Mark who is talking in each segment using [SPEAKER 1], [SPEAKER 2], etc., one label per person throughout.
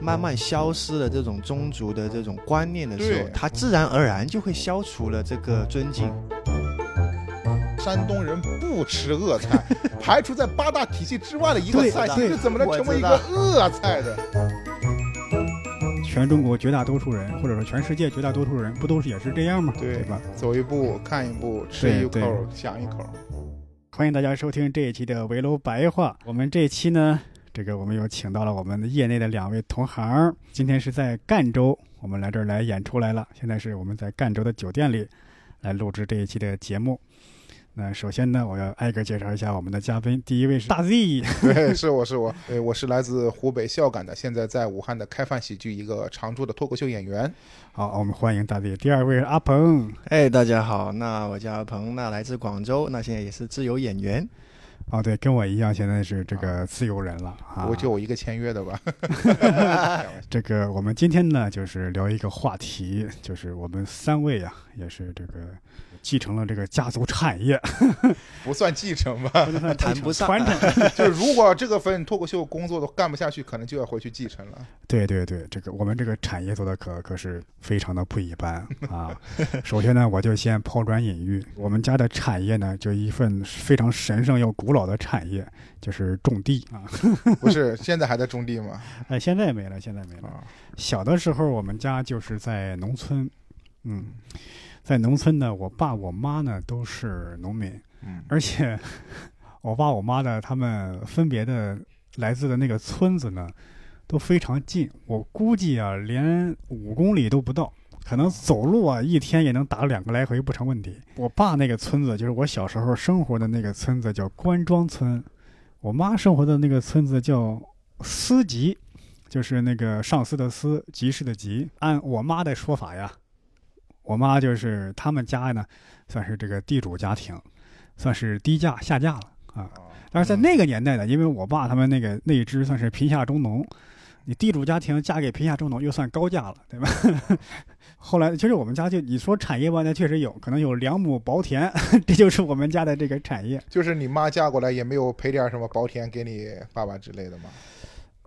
[SPEAKER 1] 慢慢消失了这种宗族的这种观念的时候
[SPEAKER 2] 对，
[SPEAKER 1] 它自然而然就会消除了这个尊敬。
[SPEAKER 2] 山东人不吃恶 菜，排除在八大体系之外的一个
[SPEAKER 1] 对
[SPEAKER 2] 菜，
[SPEAKER 1] 对
[SPEAKER 2] 是怎么能成为一
[SPEAKER 3] 我
[SPEAKER 2] 个恶菜的？
[SPEAKER 4] 全中国绝大多数人，或者说全世界绝大多数人，不都是也是这样吗？
[SPEAKER 2] 对
[SPEAKER 4] 对吧？
[SPEAKER 2] 走一步看一步，吃
[SPEAKER 4] 对
[SPEAKER 2] 一口
[SPEAKER 4] 对
[SPEAKER 2] 想一口。
[SPEAKER 4] 欢迎大家收听这一期的围楼白话。我们这一期呢，这个我们又请到了我们业内的两位同行，今天是在赣州，我们来这儿来演出来了。现在是我们在赣州的酒店里来录制这一期的节目。那首先呢，我要挨个介绍一下我们的嘉宾。第一位是大 Z，
[SPEAKER 2] 对，是我是我， 对，我是来自湖北孝感的，现在在武汉的开饭喜剧一个常驻的脱口秀演员。
[SPEAKER 4] 好，我们欢迎大 Z。第二位是阿鹏，
[SPEAKER 1] 哎，大家好，那我叫彭，那来自广州，那现在也是自由演员。
[SPEAKER 4] 哦，对，跟我一样，现在是这个自由人了啊。
[SPEAKER 2] 我就有一个签约的 吧，
[SPEAKER 4] 这个我们今天呢，就是聊一个话题，就是我们三位啊，也是这个继承了这个家族产业，
[SPEAKER 2] 不算继承 吧。
[SPEAKER 1] 谈不上
[SPEAKER 4] 传承。
[SPEAKER 2] 就是如果这个份脱口秀工作都干不下去，可能就要回去继承了。
[SPEAKER 4] 对对对，这个我们这个产业做的可可是非常的不一般 啊。首先呢，我就先抛砖引玉，我们家的产业呢，就一份非常神圣又古老的产业，就是种地啊。
[SPEAKER 2] 不是，现在还在种地吗？
[SPEAKER 4] 哎，现在没了，现在没了。
[SPEAKER 2] 啊，
[SPEAKER 4] 小的时候，我们家就是在农村，嗯，在农村呢，我爸我妈呢都是农民，
[SPEAKER 2] 嗯，
[SPEAKER 4] 而且 我爸我妈呢，他们分别的来自的那个村子呢，都非常近，我估计啊，连五公里都不到。可能走路啊，一天也能打两个来回不成问题。我爸那个村子就是我小时候生活的那个村子，叫关庄村；我妈生活的那个村子叫司集，就是那个上司的司，集市的集。按我妈的说法呀，我妈就是他们家呢，算是这个地主家庭，算是低价下嫁了啊。但是在那个年代呢，因为我爸他们那个那一支算是贫下中农，你地主家庭嫁给贫下中农又算高价了，对吧？ 后来其实我们家就你说产业吧，那确实有可能有两亩薄田， 这就是我们家的这个产业。
[SPEAKER 2] 就是你妈嫁过来也没有赔点什么薄田给你爸爸之类的吗？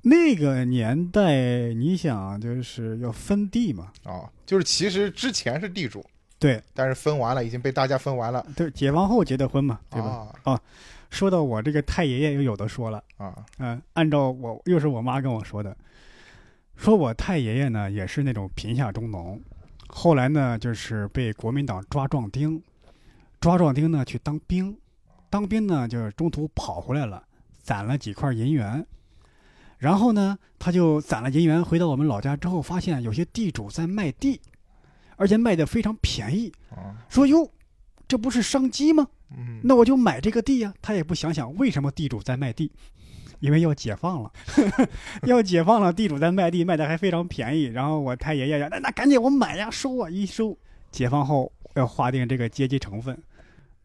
[SPEAKER 4] 那个年代，你想就是要分地嘛，
[SPEAKER 2] 啊，就是其实之前是地主，
[SPEAKER 4] 对，
[SPEAKER 2] 但是分完了，已经被大家分完了。
[SPEAKER 4] 对，解放后结的婚嘛，对吧？
[SPEAKER 2] 啊
[SPEAKER 4] 说到我这个太爷爷又有的说了。
[SPEAKER 2] 啊，
[SPEAKER 4] 嗯，按照我又是我妈跟我说的，说我太爷爷呢也是那种贫下中农，后来呢就是被国民党抓壮丁，抓壮丁呢去当兵，当兵呢就是中途跑回来了，攒了几块银元，然后呢他就攒了银元回到我们老家之后，发现有些地主在卖地，而且卖的非常便宜，
[SPEAKER 2] 啊，
[SPEAKER 4] 说哟，这不是商机吗？
[SPEAKER 2] 嗯，
[SPEAKER 4] 那我就买这个地呀、他也不想想为什么地主在卖地，因为要解放了， 要解放了，地主在卖地，卖的还非常便宜。然后我太爷爷呀，那那赶紧我买呀，收啊，一收。解放后要划定这个阶级成分，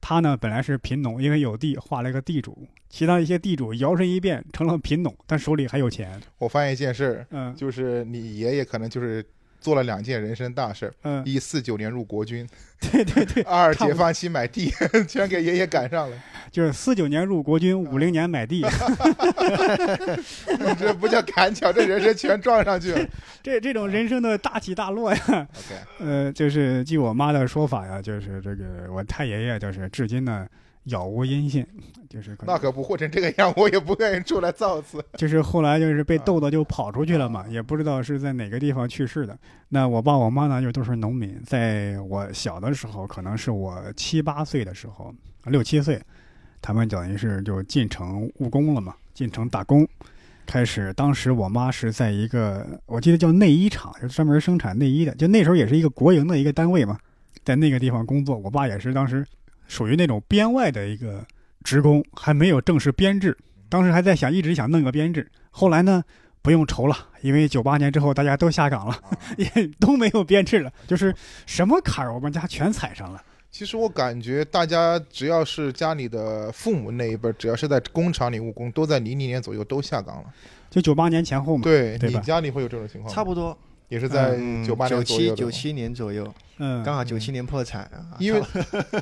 [SPEAKER 4] 他呢本来是贫农，因为有地划了个地主，其他一些地主摇身一变成了贫农，但手里还有钱。
[SPEAKER 2] 我发现一件事儿，
[SPEAKER 4] 嗯
[SPEAKER 2] 就是你爷爷可能就是做了两件人生大事儿：
[SPEAKER 4] 嗯，
[SPEAKER 2] 一四九年入国军，
[SPEAKER 4] 对对对，
[SPEAKER 2] 二
[SPEAKER 4] 差不多
[SPEAKER 2] 解放期买地， 全给爷爷赶上了。
[SPEAKER 4] 就是四九年入国军，五零年买地，
[SPEAKER 2] 这不叫赶巧，这人生全撞上 去了。
[SPEAKER 4] 这这种人生的大起大落呀。
[SPEAKER 2] OK，
[SPEAKER 4] 呃，就是据我妈的说法呀，就是这个我太爷爷就是至今呢杳无音信，就是可
[SPEAKER 2] 那
[SPEAKER 4] 能
[SPEAKER 2] 可不混成这个样，我也不愿意出来造次。
[SPEAKER 4] 就是后来就是被逗的就跑出去了嘛，也不知道是在哪个地方去世的。那我爸我妈呢又都是农民，在我小的时候，可能是我七八岁的时候，六七岁，他们等于是就进城务工了嘛，进城打工。开始，当时我妈是在一个，我记得叫内衣厂，就专门生产内衣的，就那时候也是一个国营的一个单位嘛，在那个地方工作。我爸也是当时属于那种编外的一个职工，还没有正式编制，当时还在想一直想弄个编制。后来呢，不用愁了，因为九八年之后大家都下岗了，
[SPEAKER 2] 啊
[SPEAKER 4] 也都没有编制了，就是什么坎儿我们家全踩上了。
[SPEAKER 2] 其实我感觉大家只要是家里的父母那一辈儿，只要是在工厂里务工，都在零零年左右都下岗了。
[SPEAKER 4] 就九八年前后嘛，
[SPEAKER 2] 对
[SPEAKER 4] 对
[SPEAKER 2] 你
[SPEAKER 4] 吧
[SPEAKER 2] 家里会有这种情况吗？
[SPEAKER 1] 差不多，
[SPEAKER 2] 也是在
[SPEAKER 1] 嗯
[SPEAKER 2] 九八
[SPEAKER 1] 九
[SPEAKER 2] 年左右
[SPEAKER 1] 七
[SPEAKER 2] 的
[SPEAKER 1] 九
[SPEAKER 2] 吗。
[SPEAKER 1] 七年左右，
[SPEAKER 4] 嗯，
[SPEAKER 1] 刚好九七年破产啊，
[SPEAKER 2] 因为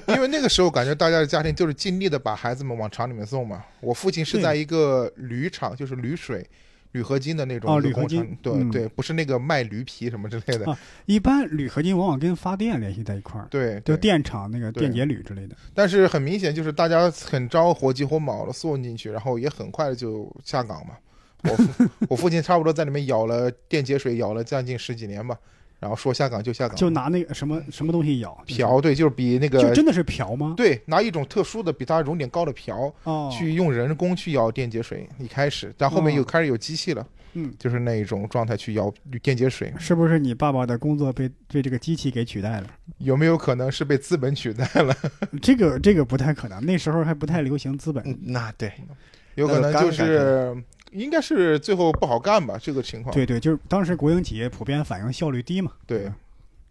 [SPEAKER 2] 因为那个时候感觉大家的家庭就是尽力的把孩子们往厂里面送嘛。我父亲是在一个铝厂，就是铝水铝合金的那种
[SPEAKER 4] 哦
[SPEAKER 2] 一个
[SPEAKER 4] 铝合
[SPEAKER 2] 工厂
[SPEAKER 4] 金
[SPEAKER 2] 对、
[SPEAKER 4] 嗯
[SPEAKER 2] 对，不是那个卖驴皮什么之类的，
[SPEAKER 4] 啊一般铝合金往往跟发电联系在一块儿，
[SPEAKER 2] 对
[SPEAKER 4] 就
[SPEAKER 2] 对。
[SPEAKER 4] 电厂那个
[SPEAKER 2] 对
[SPEAKER 4] 电解铝之类的。
[SPEAKER 2] 但是很明显就是大家很着火急火燎的送进去，然后也很快就下岗嘛。我 父我父亲差不多在里面舀了电解水，舀了将近十几年吧，然后说下岗就下岗，
[SPEAKER 4] 就拿那个什么什么东西舀，
[SPEAKER 2] 瓢，对，就是比那
[SPEAKER 4] 就
[SPEAKER 2] 个
[SPEAKER 4] 真的是瓢吗？
[SPEAKER 2] 对拿一种特殊的比它熔点高的瓢
[SPEAKER 4] 哦，
[SPEAKER 2] 去用人工去舀电解水，一开始，但后面又
[SPEAKER 4] 哦
[SPEAKER 2] 开始有机器了，
[SPEAKER 4] 嗯，
[SPEAKER 2] 就是那一种状态去舀电解水，
[SPEAKER 4] 是不是你爸爸的工作被被这个机器给取代了？
[SPEAKER 2] 有没有可能是被资本取代了？
[SPEAKER 4] 这个这个不太可能，那时候还不太流行资本。
[SPEAKER 1] 嗯，那对，
[SPEAKER 2] 有可能就
[SPEAKER 1] 那个
[SPEAKER 2] 是应该是最后不好干吧，这个情况。
[SPEAKER 4] 对对，就是当时国营企业普遍反映效率低嘛。
[SPEAKER 2] 对，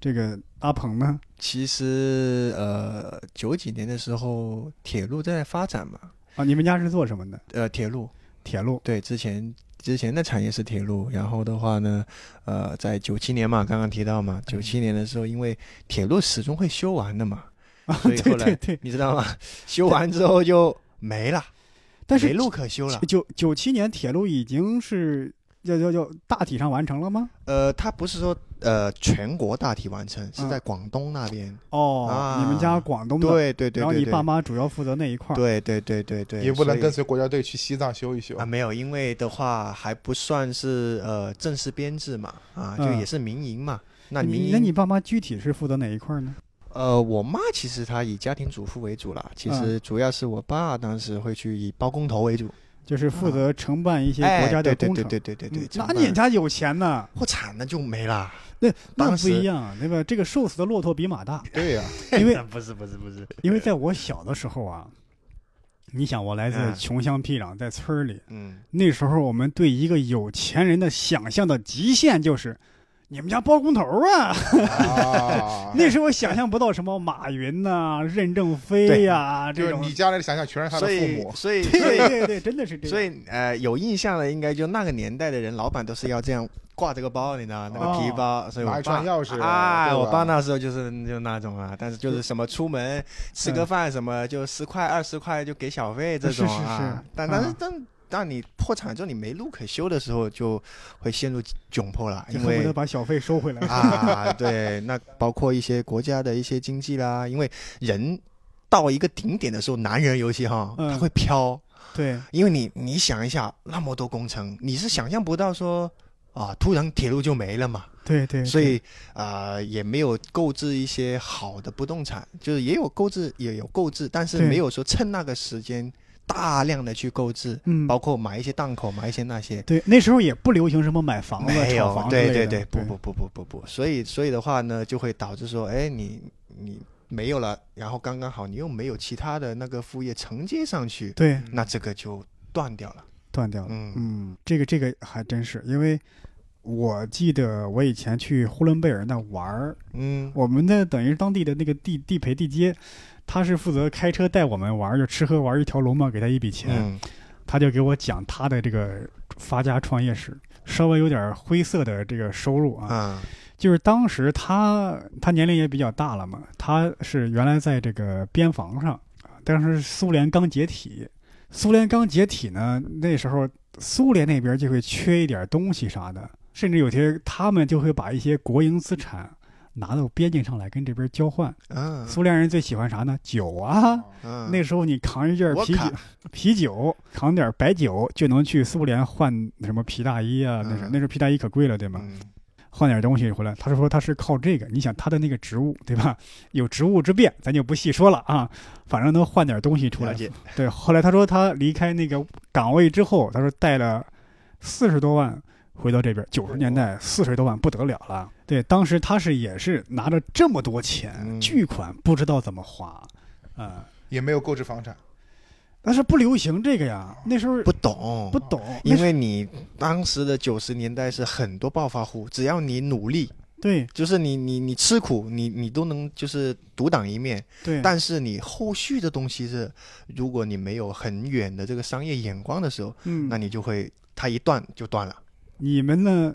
[SPEAKER 4] 这个阿鹏呢，
[SPEAKER 1] 其实呃，九几年的时候铁路在发展嘛，
[SPEAKER 4] 啊，你们家是做什么的？
[SPEAKER 1] 呃，铁路
[SPEAKER 4] 铁路。
[SPEAKER 1] 对，之前之前的产业是铁路，然后的话呢，呃，在九七年嘛，刚刚提到嘛，九
[SPEAKER 4] 嗯
[SPEAKER 1] 七年的时候，因为铁路始终会修完的嘛，
[SPEAKER 4] 啊，
[SPEAKER 1] 所以
[SPEAKER 4] 对
[SPEAKER 1] 后来
[SPEAKER 4] 对对，
[SPEAKER 1] 你知道吗？ 修完之后就没了，
[SPEAKER 4] 但是
[SPEAKER 1] 没路可修了。
[SPEAKER 4] 九九七年铁路已经是要要要大体上完成了吗？
[SPEAKER 1] 呃，它不是说呃全国大体完成，是
[SPEAKER 4] 嗯
[SPEAKER 1] 在广东那边。
[SPEAKER 4] 哦，
[SPEAKER 1] 啊
[SPEAKER 4] 你们家广东的，
[SPEAKER 1] 对对对
[SPEAKER 4] 然后
[SPEAKER 1] 对
[SPEAKER 4] 你爸
[SPEAKER 1] 对，
[SPEAKER 4] 妈主要负责那一块儿。
[SPEAKER 1] 对对对对对，
[SPEAKER 2] 也不能
[SPEAKER 1] 所以
[SPEAKER 2] 跟随国家队去西藏修一修
[SPEAKER 1] 啊，。没有，因为的话还不算是呃正式编制嘛，啊，就
[SPEAKER 4] 嗯
[SPEAKER 1] 也是民营嘛。那民
[SPEAKER 4] 你
[SPEAKER 1] 营，
[SPEAKER 4] 那你爸妈具体是负责哪一块儿呢？
[SPEAKER 1] 呃，我妈其实她以家庭主妇为主啦，其
[SPEAKER 4] 嗯
[SPEAKER 1] 实主要是我爸当时会去以包工头为主，
[SPEAKER 4] 就是负责承办一些
[SPEAKER 1] 哎
[SPEAKER 4] 国家的
[SPEAKER 1] 对
[SPEAKER 4] 工
[SPEAKER 1] 对
[SPEAKER 4] 程。
[SPEAKER 1] 对对对对对
[SPEAKER 4] 嗯，那
[SPEAKER 1] 承
[SPEAKER 4] 你
[SPEAKER 1] 办
[SPEAKER 4] 家有钱呐？
[SPEAKER 1] 破产了就没啦。
[SPEAKER 4] 那那
[SPEAKER 1] 当
[SPEAKER 4] 不
[SPEAKER 1] 时
[SPEAKER 4] 一样，啊那个这个瘦死的骆驼比马 大，
[SPEAKER 2] 对呀、
[SPEAKER 4] 因为
[SPEAKER 1] 不是不是不是，
[SPEAKER 4] 因为在我小的时候啊，你想我来自
[SPEAKER 1] 嗯
[SPEAKER 4] 穷乡僻壤，在村儿里，
[SPEAKER 1] 嗯，
[SPEAKER 4] 那时候我们对一个有钱人的想象的极限就是，你们家包工头啊！，
[SPEAKER 2] 啊
[SPEAKER 4] 那时候想象不到什么马 云呐、任正非呀、
[SPEAKER 2] 就
[SPEAKER 4] 这
[SPEAKER 2] 是
[SPEAKER 4] 种
[SPEAKER 2] 你，家人想想全是他
[SPEAKER 1] 所
[SPEAKER 2] 的父
[SPEAKER 1] 以
[SPEAKER 2] 母，
[SPEAKER 1] 所以
[SPEAKER 4] 对
[SPEAKER 1] 所以
[SPEAKER 4] 对对，真的是这样。
[SPEAKER 1] 所以呃，有印象的应该就那个年代的人，老板都是要这样挂着个包，你知道吗
[SPEAKER 4] 哦
[SPEAKER 1] 那个皮包，所以我
[SPEAKER 2] 拿一
[SPEAKER 1] 爸
[SPEAKER 2] 串钥匙
[SPEAKER 1] 啊，
[SPEAKER 2] 对吧
[SPEAKER 1] 我爸那时候就是就那种啊，但是就是什么出门吃个饭什么，就十块二十块就给小费这种啊，
[SPEAKER 4] 是是是
[SPEAKER 1] 但但是
[SPEAKER 4] 啊
[SPEAKER 1] 但。当你破产之后，你没路可修的时候，就会陷入窘迫了，因
[SPEAKER 4] 就哎恨不
[SPEAKER 1] 为
[SPEAKER 4] 得把小费收 回来。
[SPEAKER 1] 啊，对，那包括一些国家的一些经济啦，因为人到一个顶点的时候，男人尤其哈，
[SPEAKER 4] 嗯
[SPEAKER 1] 他会飘，
[SPEAKER 4] 对，
[SPEAKER 1] 因为你你想一下，那么多工程，你是想象不到说啊，突然铁路就没了嘛，
[SPEAKER 4] 对对，
[SPEAKER 1] 所以啊、呃也没有购置一些好的不动产，就是也有购置，也有购置，但是
[SPEAKER 4] 对
[SPEAKER 1] 没有说趁那个时间大量的去购置，
[SPEAKER 4] 嗯，
[SPEAKER 1] 包括买一些档口，买一些那些。啊
[SPEAKER 4] 对，那时候也不流行什么买房子、
[SPEAKER 1] 没
[SPEAKER 4] 炒
[SPEAKER 1] 有
[SPEAKER 4] 房，之类
[SPEAKER 1] 对
[SPEAKER 4] 的。
[SPEAKER 1] 对对，不不不不不不，所以所以的话呢，就会导致说，哎，你你没有了，然后刚刚好你又没有其他的那个副业承接上去，
[SPEAKER 4] 对，
[SPEAKER 1] 那这个就断掉了。
[SPEAKER 4] 断掉了。
[SPEAKER 1] 嗯
[SPEAKER 4] 嗯，这个这个还真是，因为我记得我以前去呼伦贝尔那玩儿，
[SPEAKER 1] 嗯，
[SPEAKER 4] 我们那等于是当地的那个地地陪地接，他是负责开车带我们玩儿，就吃喝玩儿一条龙嘛，给他一笔钱，
[SPEAKER 1] 嗯
[SPEAKER 4] 他就给我讲他的这个发家创业史，稍微有点灰色的这个收入啊，
[SPEAKER 1] 啊，
[SPEAKER 4] 就是当时他他年龄也比较大了嘛，他是原来在这个边防上啊，当时苏联刚解体，苏联刚解体呢，那时候苏联那边就会缺一点东西啥的，甚至有些他们就会把一些国营资产拿到边境上来跟这边交换。
[SPEAKER 1] 嗯，
[SPEAKER 4] 苏联人最喜欢啥呢？酒啊。
[SPEAKER 1] 嗯
[SPEAKER 4] 那时候你扛一件啤酒
[SPEAKER 1] 我，
[SPEAKER 4] 啤酒扛点白酒就能去苏联换什么皮大衣啊？那时候
[SPEAKER 1] 嗯
[SPEAKER 4] 那时候皮大衣可贵了，对吗？
[SPEAKER 1] 嗯
[SPEAKER 4] 换点东西回来。他说他是靠这个，你想他的那个职务对吧？ 有职务之便，咱就不细说了啊。反正能换点东西出来
[SPEAKER 1] 了。解
[SPEAKER 4] 对，后来他说他离开那个岗位之后，他说带了四十多万回到这边，九十年
[SPEAKER 1] 哦
[SPEAKER 4] 代四十多万不得了了。对，当时他是也是拿着这么多钱、
[SPEAKER 1] 嗯
[SPEAKER 4] 巨款，不知道怎么花，啊、
[SPEAKER 2] 也没有购置房产。
[SPEAKER 4] 但是不流行这个呀，那时候
[SPEAKER 1] 不懂啊
[SPEAKER 4] 不，懂，那
[SPEAKER 1] 因
[SPEAKER 4] 时
[SPEAKER 1] 为你当时的九十年代是很多暴发户，只要你努力，
[SPEAKER 4] 对
[SPEAKER 1] 就是你你你吃苦，你你都能就是独当一面。
[SPEAKER 4] 对，
[SPEAKER 1] 但是你后续的东西是，如果你没有很远的这个商业眼光的时候，
[SPEAKER 4] 嗯
[SPEAKER 1] 那，你就会它一断就断了。
[SPEAKER 4] 你们呢？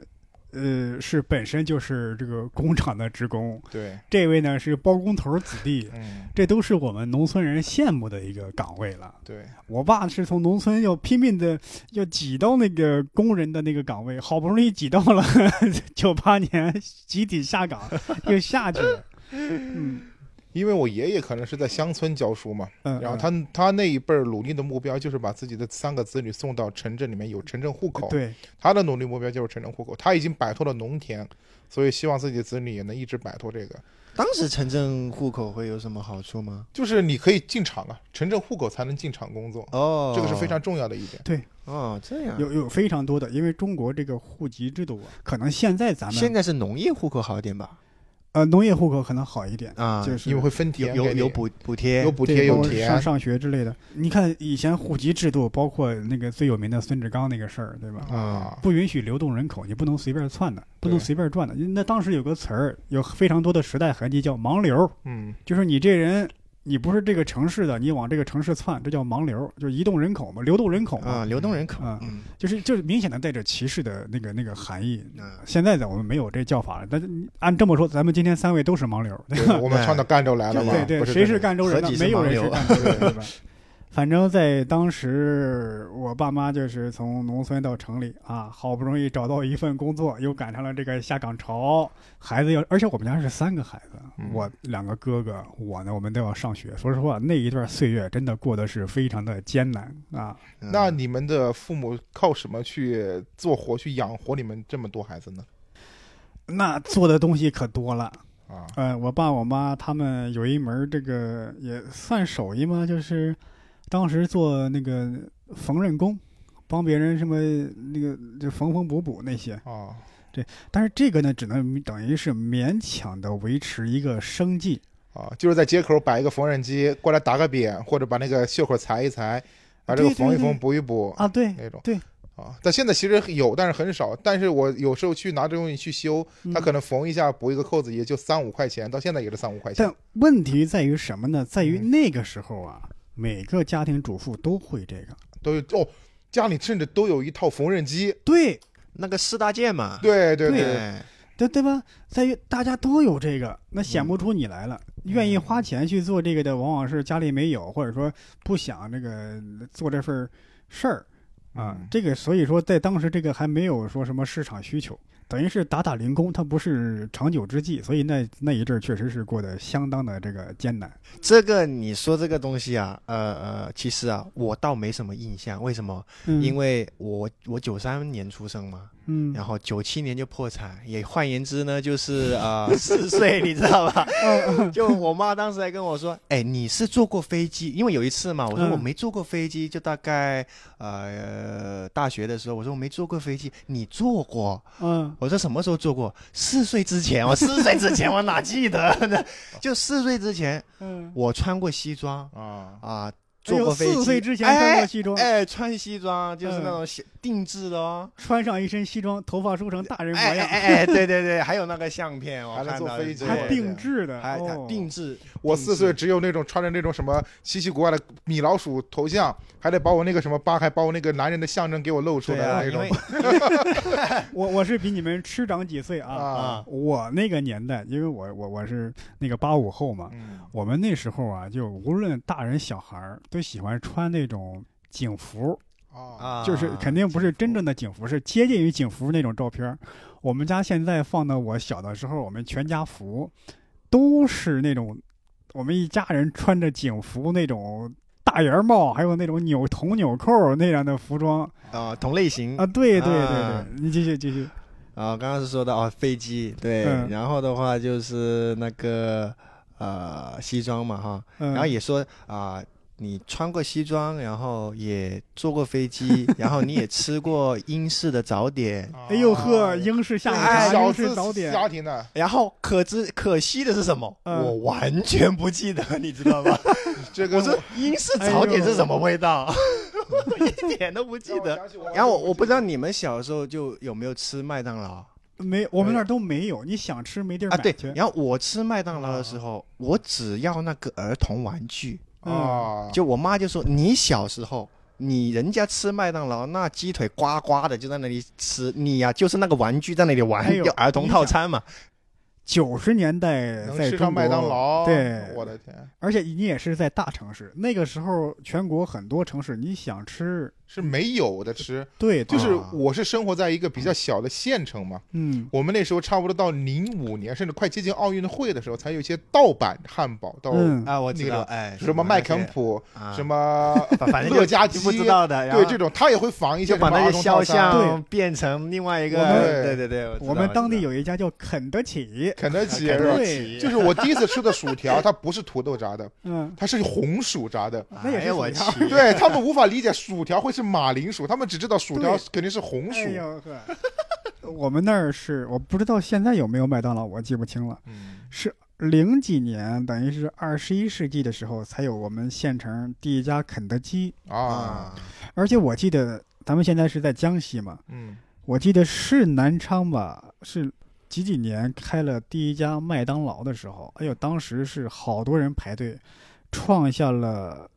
[SPEAKER 4] 呃，是本身就是这个工厂的职工，
[SPEAKER 2] 对，
[SPEAKER 4] 这位呢是包工头子弟，
[SPEAKER 2] 嗯，
[SPEAKER 4] 这都是我们农村人羡慕的一个岗位了。
[SPEAKER 2] 对，
[SPEAKER 4] 我爸是从农村要拼命的要挤到那个工人的那个岗位，好不容易挤到了 九八年集体下岗，又下去了。嗯
[SPEAKER 2] 因为我爷爷可能是在乡村教书嘛，
[SPEAKER 4] 嗯，
[SPEAKER 2] 然后他他那一辈儿努力的目标就是把自己的三个子女送到城镇里面有城镇户口，
[SPEAKER 4] 对
[SPEAKER 2] 他的努力目标就是城镇户口，他已经摆脱了农田，所以希望自己的子女也能一直摆脱这个。
[SPEAKER 1] 当时城镇户口会有什么好处吗？
[SPEAKER 2] 就是你可以进厂啊，城镇户口才能进厂工作，
[SPEAKER 1] 哦，
[SPEAKER 2] 这个是非常重要的一点。
[SPEAKER 1] 哦这
[SPEAKER 2] 嗯
[SPEAKER 1] 样。
[SPEAKER 4] 有有非常多的，因为中国这个户籍制度啊，可能现在咱
[SPEAKER 1] 现
[SPEAKER 4] 们
[SPEAKER 1] 在是农业户口好一点吧？
[SPEAKER 4] 呃农业户口可能好一点，
[SPEAKER 1] 啊，
[SPEAKER 4] 就是
[SPEAKER 2] 因为会分田
[SPEAKER 1] 有
[SPEAKER 2] 给
[SPEAKER 1] 有
[SPEAKER 2] 你，
[SPEAKER 1] 有补补贴
[SPEAKER 2] 有，补
[SPEAKER 4] 对
[SPEAKER 2] 贴
[SPEAKER 4] 包
[SPEAKER 2] 有啊
[SPEAKER 4] 括上
[SPEAKER 2] 田，
[SPEAKER 4] 上学之类的。你看以前户籍制度，包括那个最有名的孙志刚那个事儿，对吧？
[SPEAKER 2] 啊，
[SPEAKER 4] 不允许流动人口，你不能随便窜的，不能
[SPEAKER 2] 对
[SPEAKER 4] 随便转的。那当时有个词儿，有非常多的时代痕迹，叫盲流，
[SPEAKER 2] 嗯，
[SPEAKER 4] 就是你这人。你不是这个城市的，你往这个城市窜，这叫盲流，就是移动人口嘛，流动人口嘛，
[SPEAKER 1] 啊，流动人口，
[SPEAKER 4] 啊
[SPEAKER 1] 嗯，
[SPEAKER 4] 就是就是明显的带着歧视的那个那个含义。
[SPEAKER 1] 嗯
[SPEAKER 4] 现在的我们没有这叫法了，但是你按这么说，咱们今天三位都是盲流，
[SPEAKER 2] 对我们唱到赣州来了嘛，
[SPEAKER 4] 对对
[SPEAKER 2] 不
[SPEAKER 4] 谁
[SPEAKER 2] 这
[SPEAKER 4] 是
[SPEAKER 2] 里？
[SPEAKER 4] 赣州人呢
[SPEAKER 1] 何？止是
[SPEAKER 4] 没有
[SPEAKER 1] 盲
[SPEAKER 4] 人是
[SPEAKER 1] 流
[SPEAKER 4] 赣州人，对吧？反正，在当时，我爸妈就是从农村到城里啊，好不容易找到一份工作，又赶上了这个下岗潮，孩子要，而且我们家是三个孩子，
[SPEAKER 2] 嗯
[SPEAKER 4] 我两个哥哥，我呢，我们都要上学。说实话，那一段岁月真的过得是非常的艰难啊。
[SPEAKER 1] 嗯
[SPEAKER 2] 那你们的父母靠什么去做活去养活你们这么多孩子呢？
[SPEAKER 4] 那做的东西可多了，
[SPEAKER 2] 啊，
[SPEAKER 4] 呃，我爸我妈他们有一门儿这个也算手艺吗？就是当时做那个缝纫工，帮别人什么那个就缝缝补补那些。
[SPEAKER 2] 哦，
[SPEAKER 4] 但是这个呢，只能等于是勉强的维持一个生计。
[SPEAKER 2] 啊，就是在街口摆一个缝纫机，过来打个扁，或者把那个袖口裁一裁，把这个
[SPEAKER 4] 对对
[SPEAKER 2] 缝一
[SPEAKER 4] 对
[SPEAKER 2] 缝，补一补
[SPEAKER 4] 啊，对，
[SPEAKER 2] 那种。
[SPEAKER 4] 对。
[SPEAKER 2] 啊，但现在其实有，但是很少。但是我有时候去拿这东西去修，
[SPEAKER 4] 嗯
[SPEAKER 2] 它可能缝一下补一个扣子也就三五块钱，到现在也是三五块钱。
[SPEAKER 4] 但问题在于什么呢？在于
[SPEAKER 2] 嗯
[SPEAKER 4] 那个时候啊，每个家庭主妇都会这个。
[SPEAKER 2] 都有哦，家里甚至都有一套缝纫机。
[SPEAKER 4] 对，
[SPEAKER 1] 那个四大件嘛，
[SPEAKER 2] 对对
[SPEAKER 4] 对
[SPEAKER 2] 对，
[SPEAKER 1] 哎
[SPEAKER 4] 对对吧？在于大家都有这个，那
[SPEAKER 1] 嗯
[SPEAKER 4] 显不出你来了。愿意花钱去做这个的，往往是家里没有，或者说不想这个做这份事儿啊。
[SPEAKER 2] 嗯
[SPEAKER 4] 这个所以说，在当时这个还没有说什么市场需求，等于是打打零工，它不是长久之计。所以那那一阵儿确实是过得相当的这个艰难。
[SPEAKER 1] 这个你说这个东西啊，呃呃，其实啊，我倒没什么印象，为什么？
[SPEAKER 4] 嗯，
[SPEAKER 1] 因
[SPEAKER 4] 为
[SPEAKER 1] 为我我九三年出生嘛，
[SPEAKER 4] 嗯，
[SPEAKER 1] 然后九七年就破产，也换言之呢，就是啊 四岁，你知道 吧？
[SPEAKER 4] 嗯
[SPEAKER 1] 就我妈当时还跟我说，哎，你是坐过飞机？因为有一次嘛，我说
[SPEAKER 4] 嗯
[SPEAKER 1] 我没坐过飞机，就大概呃大学的时候，我说我没坐过飞机，你坐过？
[SPEAKER 4] 嗯，
[SPEAKER 1] 我说什么时候坐过？四岁之前，我四岁之前我哪记得呢？ 就四岁之前，
[SPEAKER 4] 嗯，
[SPEAKER 1] 我穿过西装
[SPEAKER 2] 啊，
[SPEAKER 1] 啊。
[SPEAKER 4] 哎
[SPEAKER 1] 坐
[SPEAKER 4] 呦
[SPEAKER 1] 过飞机，
[SPEAKER 4] 四岁之前穿过
[SPEAKER 1] 哎
[SPEAKER 4] 西装，嗯
[SPEAKER 1] 哎，穿西装就是那种小定制的哦，
[SPEAKER 4] 穿上一身西装，头发梳成大人模
[SPEAKER 1] 哎
[SPEAKER 4] 样，
[SPEAKER 1] 哎哎，对对对，还有那个相片，我
[SPEAKER 2] 还能
[SPEAKER 1] 看
[SPEAKER 2] 坐
[SPEAKER 1] 到
[SPEAKER 2] 飞机
[SPEAKER 1] 对
[SPEAKER 4] 还定制的，
[SPEAKER 1] 还还
[SPEAKER 4] 哦
[SPEAKER 1] 定制。
[SPEAKER 2] 我
[SPEAKER 1] 定
[SPEAKER 2] 四
[SPEAKER 1] 制
[SPEAKER 2] 岁只有那种穿着那种什么稀奇古怪的米老鼠头像，还得把我那个什么疤，还把我那个男人的象征给我露出
[SPEAKER 1] 对
[SPEAKER 2] 来
[SPEAKER 1] 啊，
[SPEAKER 2] 的那
[SPEAKER 1] 因
[SPEAKER 2] 种
[SPEAKER 1] 为
[SPEAKER 4] 我我是比你们吃长几岁啊。
[SPEAKER 2] 啊
[SPEAKER 1] 啊，
[SPEAKER 4] 我那个年代，因为我我我是那个八五后嘛，
[SPEAKER 2] 嗯
[SPEAKER 4] 我们那时候啊，就无论大人小孩儿都喜欢穿那种警服，
[SPEAKER 2] 啊
[SPEAKER 1] 啊，
[SPEAKER 4] 就是肯定不是真正的警服，是接近于警服那种照片儿。我们家现在放到我小的时候，我们全家福都是那种，我们一家人穿着警服那种。大檐帽，还有那种纽铜纽扣那样的服装
[SPEAKER 1] 啊同类型
[SPEAKER 4] 啊，对对对对
[SPEAKER 1] 啊，
[SPEAKER 4] 你继续继续，
[SPEAKER 1] 啊，刚刚是说的哦，飞机对
[SPEAKER 4] 嗯，
[SPEAKER 1] 然后的话就是那个呃西装嘛哈，
[SPEAKER 4] 嗯
[SPEAKER 1] 然后也说啊。你穿过西装，然后也坐过飞 机，然后你也吃过英式的早点，
[SPEAKER 4] 哎呦呵，英式下午
[SPEAKER 1] 哎
[SPEAKER 4] 茶，
[SPEAKER 2] 啊小
[SPEAKER 4] 英
[SPEAKER 2] 资
[SPEAKER 4] 式早点，
[SPEAKER 2] 家庭的，
[SPEAKER 1] 然后可知可惜的是什么？
[SPEAKER 4] 嗯
[SPEAKER 1] 我完全不记得， 你知道吗？
[SPEAKER 2] 这个
[SPEAKER 1] 我说英式早点是什么味道， 一点都不记
[SPEAKER 2] 让我
[SPEAKER 1] 得。
[SPEAKER 2] 想起我
[SPEAKER 1] 然后我我不知道你们小时候就有没有吃麦当劳
[SPEAKER 4] 没，我们那儿都没有，你想吃没地儿
[SPEAKER 1] 啊？
[SPEAKER 4] 买
[SPEAKER 2] 哎
[SPEAKER 1] 对哦
[SPEAKER 4] 去，。
[SPEAKER 1] 然后我吃麦当劳的时候，我只要那个儿童玩具，
[SPEAKER 4] 嗯
[SPEAKER 2] 啊，
[SPEAKER 1] 就我妈就说你小时候你人家吃麦当劳那鸡腿呱呱的就在那里吃，你呀、就是那个玩具在那里玩，
[SPEAKER 4] 哎呦
[SPEAKER 1] 要儿童套餐嘛。
[SPEAKER 4] 九十年代
[SPEAKER 2] 能
[SPEAKER 4] 在
[SPEAKER 2] 吃
[SPEAKER 4] 中国
[SPEAKER 2] 上麦当，劳，
[SPEAKER 4] 对
[SPEAKER 2] 我的天，
[SPEAKER 4] 而且你也是在大城市，那个时候全国很多城市你想吃，
[SPEAKER 2] 是没有的吃。
[SPEAKER 4] 对，
[SPEAKER 2] 就是
[SPEAKER 1] 啊
[SPEAKER 2] 我是生活在一个比较小的县城嘛，
[SPEAKER 4] 嗯，
[SPEAKER 2] 我们那时候差不多到零五年，甚至快接近奥运会的时候，才有一些盗版汉堡，到
[SPEAKER 4] 嗯
[SPEAKER 1] 啊，我
[SPEAKER 2] 知
[SPEAKER 1] 知
[SPEAKER 2] 道
[SPEAKER 1] 道，哎，
[SPEAKER 2] 什么麦肯普、
[SPEAKER 1] 啊，
[SPEAKER 2] 什么
[SPEAKER 1] 反反正
[SPEAKER 2] 乐
[SPEAKER 1] 就
[SPEAKER 2] 家
[SPEAKER 1] 就
[SPEAKER 2] 鸡，
[SPEAKER 1] 不知道的，然后
[SPEAKER 2] 对这种，他也会仿一些
[SPEAKER 1] 就
[SPEAKER 2] 什
[SPEAKER 1] 把
[SPEAKER 2] 么
[SPEAKER 1] 那些
[SPEAKER 2] 儿童
[SPEAKER 1] 肖
[SPEAKER 2] 套餐。
[SPEAKER 1] 像变成另外一个
[SPEAKER 4] 我，
[SPEAKER 2] 们
[SPEAKER 1] 对对对，我知道
[SPEAKER 4] 我们当地
[SPEAKER 1] 我知道
[SPEAKER 4] 有一家叫肯德基，
[SPEAKER 2] 肯德基
[SPEAKER 1] 啊肯
[SPEAKER 2] 是吧
[SPEAKER 1] 德
[SPEAKER 4] 对
[SPEAKER 1] 基，
[SPEAKER 2] 就是我第一次吃的薯条，它不是土豆炸的，
[SPEAKER 4] 嗯，
[SPEAKER 2] 它是红薯炸 的。
[SPEAKER 4] 那也是
[SPEAKER 1] 哎呀我
[SPEAKER 4] 薯条
[SPEAKER 1] 去，
[SPEAKER 2] 对他们无法理解薯条会是马铃薯，他们只知道薯条肯定是红薯
[SPEAKER 4] 哎。呦呵，我们那儿是我不知道现在有没有麦当劳，我记不清了。
[SPEAKER 2] 嗯，
[SPEAKER 4] 是零几年，等于是二十一世纪的时候，才有我们县城第一家肯德基。
[SPEAKER 2] 啊
[SPEAKER 1] 啊，，
[SPEAKER 4] 而且我记得咱们现在是在江西嘛，
[SPEAKER 2] 嗯，
[SPEAKER 4] 我记得是南昌吧，是几几年开了第一家麦当劳的时候，哎呦，当时是好多人排队，创下了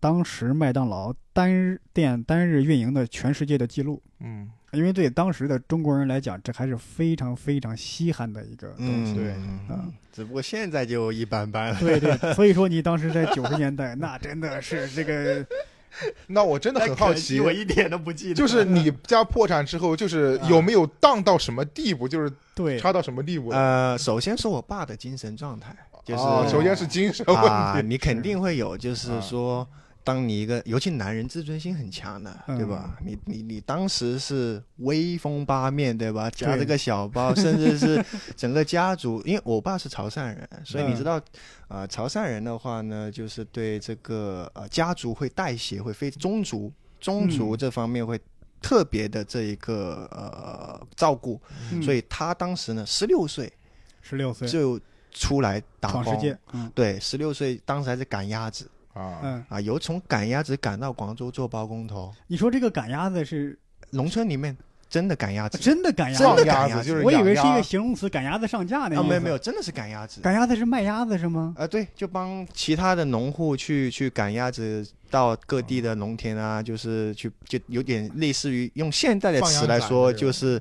[SPEAKER 4] 当时麦当劳单日店单日运营的全世界的记录。
[SPEAKER 2] 嗯，
[SPEAKER 4] 因为对当时的中国人来讲，这还是非常非常稀罕的一个东西。
[SPEAKER 1] 嗯，
[SPEAKER 2] 对
[SPEAKER 4] 嗯
[SPEAKER 1] 只不过现在就一般般了。
[SPEAKER 4] 对对，所以说你当时在九十年代，那真的是这个，
[SPEAKER 2] 那我真的很好
[SPEAKER 1] 可惜
[SPEAKER 2] 奇，
[SPEAKER 1] 我一嗯啊点都不记得。
[SPEAKER 2] 就是你家破产之后，就是有没有荡到什么地步，就是
[SPEAKER 4] 对，
[SPEAKER 2] 差到什么地步？
[SPEAKER 1] 呃，首先是我爸的精神状态，就是、
[SPEAKER 2] 哦首先是精神
[SPEAKER 1] 啊，
[SPEAKER 2] 问题。
[SPEAKER 1] 你肯定会有，就是
[SPEAKER 4] 啊
[SPEAKER 1] 说，当你一个，尤其男人自尊心很强的，
[SPEAKER 4] 嗯
[SPEAKER 1] 对吧？你你你当时是威风八面，对吧？夹
[SPEAKER 4] 对
[SPEAKER 1] 着个小包，甚至是整个家族，因为我爸是潮汕人，所以你
[SPEAKER 4] 嗯
[SPEAKER 1] 知道，呃，潮汕人的话呢，就是对这个呃家族会带血，会非宗族宗族
[SPEAKER 4] 嗯
[SPEAKER 1] 这方面会。特别的这一个呃照顾，所
[SPEAKER 4] 以
[SPEAKER 1] 以他当时呢，十六岁
[SPEAKER 4] 嗯十六岁
[SPEAKER 1] 就出来打
[SPEAKER 4] 闯世
[SPEAKER 1] 工
[SPEAKER 4] 界，嗯
[SPEAKER 1] 对，十六岁当时还是赶鸭子
[SPEAKER 2] 啊，
[SPEAKER 4] 嗯，
[SPEAKER 1] 啊，由从赶鸭子赶到广州做包工头，
[SPEAKER 4] 你说这个赶鸭子是
[SPEAKER 1] 农村里面真的赶鸭子
[SPEAKER 4] 真的赶鸭
[SPEAKER 2] 放
[SPEAKER 4] 子
[SPEAKER 1] 真的？
[SPEAKER 2] 鸭
[SPEAKER 1] 赶鸭
[SPEAKER 2] 子
[SPEAKER 1] 子
[SPEAKER 2] 就是
[SPEAKER 4] 我以
[SPEAKER 2] 养
[SPEAKER 4] 为是一
[SPEAKER 2] 鸭
[SPEAKER 4] 个形容词，赶鸭子上架那意
[SPEAKER 1] 啊，
[SPEAKER 4] 思
[SPEAKER 1] 没有没有，，真的是赶鸭子
[SPEAKER 4] 赶鸭子是卖鸭子是吗？
[SPEAKER 1] 啊，对，就帮其他的农户去去赶鸭子到各地的农田啊，就是去就有点类似于用现代的
[SPEAKER 2] 放
[SPEAKER 1] 词
[SPEAKER 2] 羊
[SPEAKER 1] 来
[SPEAKER 2] 仔
[SPEAKER 1] 说，
[SPEAKER 2] 那种
[SPEAKER 1] 就是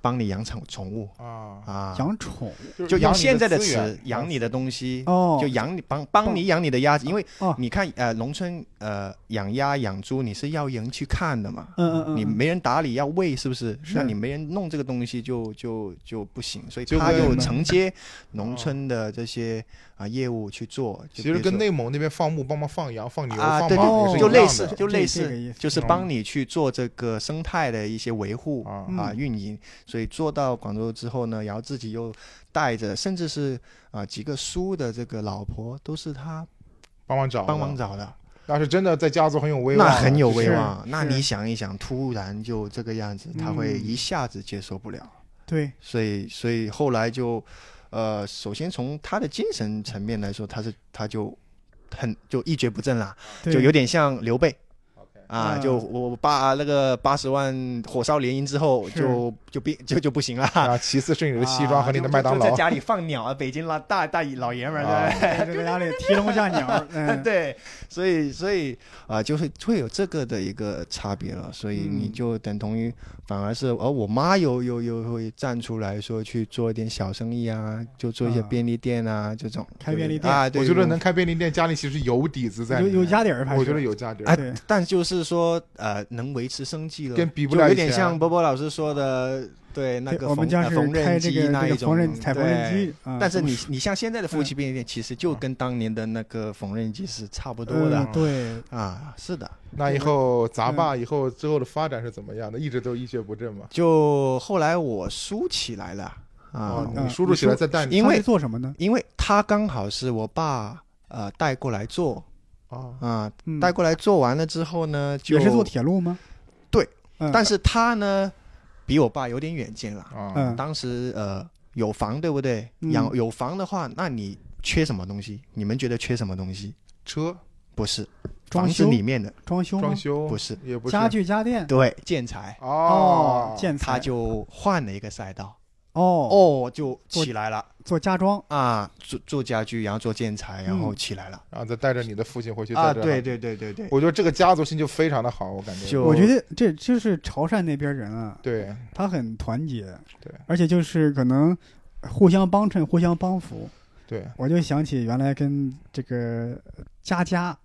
[SPEAKER 1] 帮你养宠宠物
[SPEAKER 2] 啊，
[SPEAKER 1] 啊，
[SPEAKER 4] 养宠
[SPEAKER 2] 就
[SPEAKER 1] 就
[SPEAKER 2] 养
[SPEAKER 1] 用
[SPEAKER 2] 你
[SPEAKER 1] 现在
[SPEAKER 2] 的
[SPEAKER 1] 的啊
[SPEAKER 2] 资
[SPEAKER 1] 词
[SPEAKER 2] 源
[SPEAKER 1] 养你的东西。
[SPEAKER 4] 哦，
[SPEAKER 1] 就养你帮帮你养你的鸭子，因为
[SPEAKER 4] 哦
[SPEAKER 1] 你看呃农村呃养鸭养猪你是要人去看的嘛，
[SPEAKER 4] 嗯嗯嗯，
[SPEAKER 1] 你
[SPEAKER 4] 嗯
[SPEAKER 1] 没人打理要喂是不是？
[SPEAKER 4] 是
[SPEAKER 1] 那你没人弄这个东西就就就不行，所以
[SPEAKER 2] 就
[SPEAKER 1] 他
[SPEAKER 2] 跟
[SPEAKER 1] 就承
[SPEAKER 4] 哦
[SPEAKER 1] 接农村的这些啊业务去做，
[SPEAKER 2] 其
[SPEAKER 1] 就比
[SPEAKER 2] 实
[SPEAKER 1] 如
[SPEAKER 2] 跟
[SPEAKER 1] 说
[SPEAKER 2] 内蒙那边放牧帮忙放羊、放牛、
[SPEAKER 1] 啊
[SPEAKER 2] 放
[SPEAKER 1] 对
[SPEAKER 2] 马也是
[SPEAKER 4] 对
[SPEAKER 2] 一
[SPEAKER 1] 就
[SPEAKER 2] 样
[SPEAKER 1] 类
[SPEAKER 2] 的
[SPEAKER 1] 似
[SPEAKER 4] 这
[SPEAKER 1] 就类
[SPEAKER 4] 这个意
[SPEAKER 1] 似
[SPEAKER 4] 思，
[SPEAKER 1] 就是帮你去做这个生态的一些维护
[SPEAKER 2] 啊
[SPEAKER 4] 嗯
[SPEAKER 1] 啊运营，所以做到广州之后呢，然后自己又带着，甚至是啊几个叔的这个老婆都是他
[SPEAKER 2] 帮忙找的
[SPEAKER 1] 帮忙，找的，
[SPEAKER 2] 那是真的在家族很有威望
[SPEAKER 1] 那
[SPEAKER 2] 的，
[SPEAKER 1] 很有
[SPEAKER 4] 是
[SPEAKER 1] 威望。那
[SPEAKER 4] 是
[SPEAKER 1] 你想一想，突然就这个样子，他会
[SPEAKER 4] 嗯
[SPEAKER 1] 一下子接受不了。
[SPEAKER 4] 对，
[SPEAKER 1] 所以所以后来就，呃，首先从他的精神层面来说，他是他就很就一蹶不振啦，
[SPEAKER 4] 对
[SPEAKER 1] 就有点像刘备
[SPEAKER 2] OK
[SPEAKER 1] 啊，
[SPEAKER 4] 嗯
[SPEAKER 1] 就我我把那个八十万火烧连营之后，
[SPEAKER 4] 是
[SPEAKER 1] 就就变就就不行了。
[SPEAKER 2] 啊。其次是你的西装和你的麦当
[SPEAKER 1] 啊就
[SPEAKER 2] 劳
[SPEAKER 1] 就在，家里放鸟啊，北京老大大老爷们
[SPEAKER 2] 啊
[SPEAKER 1] 儿，对不
[SPEAKER 4] 在哎这个家里提笼架鸟，
[SPEAKER 1] 对？
[SPEAKER 4] 嗯，
[SPEAKER 1] 对，所以所以啊、就会会有这个的一个差别了。所以你
[SPEAKER 4] 嗯
[SPEAKER 1] 就等同于，反而是而我妈有有有会站出来说去做一点小生意啊，就做一些
[SPEAKER 4] 啊
[SPEAKER 1] 便利店啊、这种，
[SPEAKER 4] 开
[SPEAKER 1] 对
[SPEAKER 4] 嗯便利
[SPEAKER 1] 对
[SPEAKER 4] 店
[SPEAKER 1] 啊，对，
[SPEAKER 2] 我觉得
[SPEAKER 1] 有
[SPEAKER 2] 能。开便利店，家里其实有底子在
[SPEAKER 4] 有
[SPEAKER 2] 里面，
[SPEAKER 4] 有家底儿，还
[SPEAKER 2] 我觉得
[SPEAKER 4] 是
[SPEAKER 2] 有价值。
[SPEAKER 1] 哎
[SPEAKER 4] 对，
[SPEAKER 1] 但就是说，呃，能维持生计了，
[SPEAKER 2] 跟比不
[SPEAKER 1] 就
[SPEAKER 2] 了
[SPEAKER 1] 有
[SPEAKER 2] 以
[SPEAKER 1] 点
[SPEAKER 2] 前
[SPEAKER 1] 像波波老师说的，对那
[SPEAKER 4] 啊对
[SPEAKER 1] 个
[SPEAKER 4] 我们
[SPEAKER 1] 缝
[SPEAKER 4] 家
[SPEAKER 1] 呃
[SPEAKER 4] 是
[SPEAKER 1] 缝
[SPEAKER 4] 开
[SPEAKER 1] 纫
[SPEAKER 4] 这
[SPEAKER 1] 机
[SPEAKER 4] 个
[SPEAKER 1] 那
[SPEAKER 4] 这
[SPEAKER 1] 一
[SPEAKER 4] 个
[SPEAKER 1] 种
[SPEAKER 4] 缝纫采缝纫
[SPEAKER 1] 对
[SPEAKER 4] 机，啊
[SPEAKER 1] 但是你
[SPEAKER 4] 什么
[SPEAKER 1] 你像现在的夫妻便利店，其实就
[SPEAKER 4] 嗯
[SPEAKER 1] 跟当年的那个缝纫机是差不多的
[SPEAKER 4] 嗯对，
[SPEAKER 1] 啊，是的。
[SPEAKER 2] 那以
[SPEAKER 1] 嗯
[SPEAKER 2] 后咱爸以后之后的发展是怎么样的？一直都一蹶不振嘛。
[SPEAKER 1] 就后来我梳起来了啊
[SPEAKER 2] 哦，
[SPEAKER 4] 嗯
[SPEAKER 2] 你叔叔起来再带你
[SPEAKER 1] 因
[SPEAKER 4] 他
[SPEAKER 1] 为
[SPEAKER 4] 是做什么呢？
[SPEAKER 1] 因为他刚好是我爸呃带过来做
[SPEAKER 2] 啊，
[SPEAKER 1] 啊，
[SPEAKER 4] 嗯
[SPEAKER 1] 带过来做完了之后呢，就
[SPEAKER 4] 也是做铁路吗？
[SPEAKER 1] 对
[SPEAKER 4] 嗯，
[SPEAKER 1] 但是他呢比我爸有点远见了。
[SPEAKER 2] 啊
[SPEAKER 4] 嗯，
[SPEAKER 1] 当时呃有房对不对？
[SPEAKER 4] 嗯
[SPEAKER 1] 养有房的话，那你缺什么东西？你们觉得缺什么东西？
[SPEAKER 2] 车
[SPEAKER 1] 不是
[SPEAKER 4] 装
[SPEAKER 1] 房
[SPEAKER 4] 修哦
[SPEAKER 1] 子里面的，
[SPEAKER 4] 装修吗
[SPEAKER 2] 装修
[SPEAKER 1] 不是
[SPEAKER 2] 也不是
[SPEAKER 4] 家具家电
[SPEAKER 1] 对建材，
[SPEAKER 2] 哦，
[SPEAKER 4] 建材
[SPEAKER 1] 他就换了一个赛道。
[SPEAKER 4] 哦，
[SPEAKER 1] 哦，就起来了
[SPEAKER 4] 做家装，
[SPEAKER 1] 啊，做做家具，然后做建材，然后起来了、
[SPEAKER 2] 然后再带着你的父亲回去
[SPEAKER 1] 啊，
[SPEAKER 2] 在这儿
[SPEAKER 1] 对，对对对 对，
[SPEAKER 2] 我觉得这个家族性就非常的好，我感觉
[SPEAKER 1] 就
[SPEAKER 4] 我觉得这就是潮汕那边人啊，
[SPEAKER 2] 对
[SPEAKER 4] 他很团结，
[SPEAKER 2] 嗯对，
[SPEAKER 4] 而且就是可能互相帮衬、互相帮扶。
[SPEAKER 2] 对
[SPEAKER 4] 我就想起原来跟这个佳佳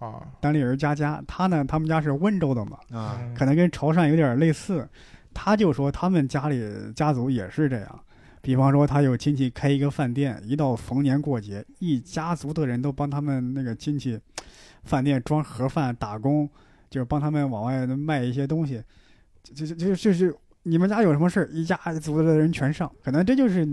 [SPEAKER 2] 啊，
[SPEAKER 4] 单立人佳佳，他呢，他们家是温州的嘛，
[SPEAKER 1] 啊，
[SPEAKER 2] 嗯
[SPEAKER 4] 可能跟潮汕有点类似。他就说他们家里家族也是这样，比方说他有亲戚开一个饭店，一到逢年过节，一家族的人都帮他们那个亲戚饭店装盒饭打工，就是帮他们往外卖一些东西。就就就就是你们家有什么事儿，一家族的人全上，可能这就是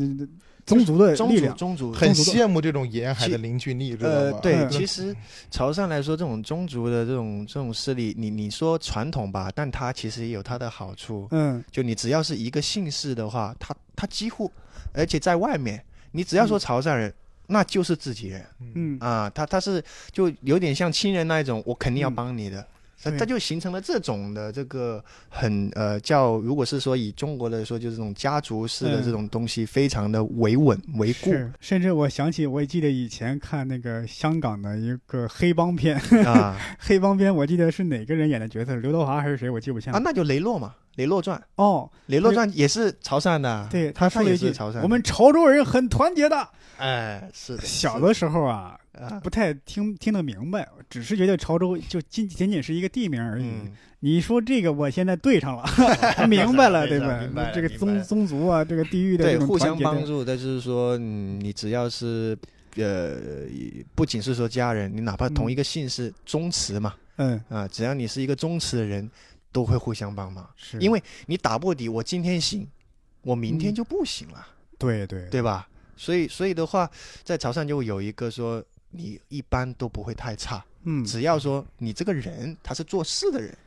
[SPEAKER 4] 宗族的
[SPEAKER 1] 宗
[SPEAKER 4] 力
[SPEAKER 1] 族
[SPEAKER 4] 量。
[SPEAKER 1] 宗族
[SPEAKER 2] 很
[SPEAKER 4] 宗族的
[SPEAKER 2] 羡慕这种沿海的邻居力，知道
[SPEAKER 1] 呃，
[SPEAKER 2] 吗？
[SPEAKER 1] 对，
[SPEAKER 4] 嗯
[SPEAKER 1] 其实潮汕来说，这种宗族的这种这种势力，你你说传统吧，但它其实也有它的好处。
[SPEAKER 4] 嗯，
[SPEAKER 1] 就你只要是一个姓氏的话，它它几乎，而且在外面，你只要说潮汕人，那就是自己人
[SPEAKER 4] 嗯，
[SPEAKER 1] 啊。他他是就有点像亲人那一种，我肯定要
[SPEAKER 4] 嗯
[SPEAKER 1] 帮你的。它
[SPEAKER 4] 对
[SPEAKER 1] 它就形成了这种的这个很呃叫，如果是说以中国来说，就是这种家族式的
[SPEAKER 4] 嗯
[SPEAKER 1] 这种东西，非常的维稳维固啊
[SPEAKER 4] 是，甚至我想起，我记得以前看那个香港的一个黑帮片，
[SPEAKER 1] 啊
[SPEAKER 4] 黑帮片我记得是哪个人演的角色，刘德华还是谁，我记不清
[SPEAKER 1] 啊，
[SPEAKER 4] 了。
[SPEAKER 1] 那就雷洛嘛，《雷洛传》。
[SPEAKER 4] 哦，
[SPEAKER 1] 《雷洛传》也是潮汕的啊，
[SPEAKER 4] 对，
[SPEAKER 1] 他
[SPEAKER 4] 说了
[SPEAKER 1] 也
[SPEAKER 4] 一句
[SPEAKER 1] 是潮汕：“的。
[SPEAKER 4] 我们潮州人很团结 的。
[SPEAKER 1] 哎，是”的，
[SPEAKER 4] 小
[SPEAKER 1] 是
[SPEAKER 4] 的时候啊，
[SPEAKER 1] 啊，
[SPEAKER 4] 不太听听得明白，只是觉得潮州就仅仅仅是一个地名而已。
[SPEAKER 1] 嗯，
[SPEAKER 4] 你说这个，我现在对 上了，明白了，
[SPEAKER 1] 对
[SPEAKER 4] 对
[SPEAKER 1] 上
[SPEAKER 4] 吧
[SPEAKER 1] 明白了？
[SPEAKER 4] 这个
[SPEAKER 1] 明白
[SPEAKER 4] 宗
[SPEAKER 1] 了
[SPEAKER 4] 宗族啊，这个地域的
[SPEAKER 1] 对，
[SPEAKER 4] 这种
[SPEAKER 1] 互相
[SPEAKER 4] 团结
[SPEAKER 1] 帮
[SPEAKER 4] 的
[SPEAKER 1] 助，但是说，嗯，你只要是呃，不仅是说家人，你哪怕同一个姓氏，宗祠嘛，
[SPEAKER 4] 嗯，
[SPEAKER 1] 啊，只要你是一个宗祠的人，都会互相帮忙，
[SPEAKER 4] 是
[SPEAKER 1] 因为你打不底，我今天行，我明天
[SPEAKER 4] 嗯
[SPEAKER 1] 就不行了，
[SPEAKER 4] 对对
[SPEAKER 1] 对吧？所以，所以的话，在潮汕就有一个说，你一般都不会太差，
[SPEAKER 4] 嗯，
[SPEAKER 1] 只要说你这个人他是做事的人，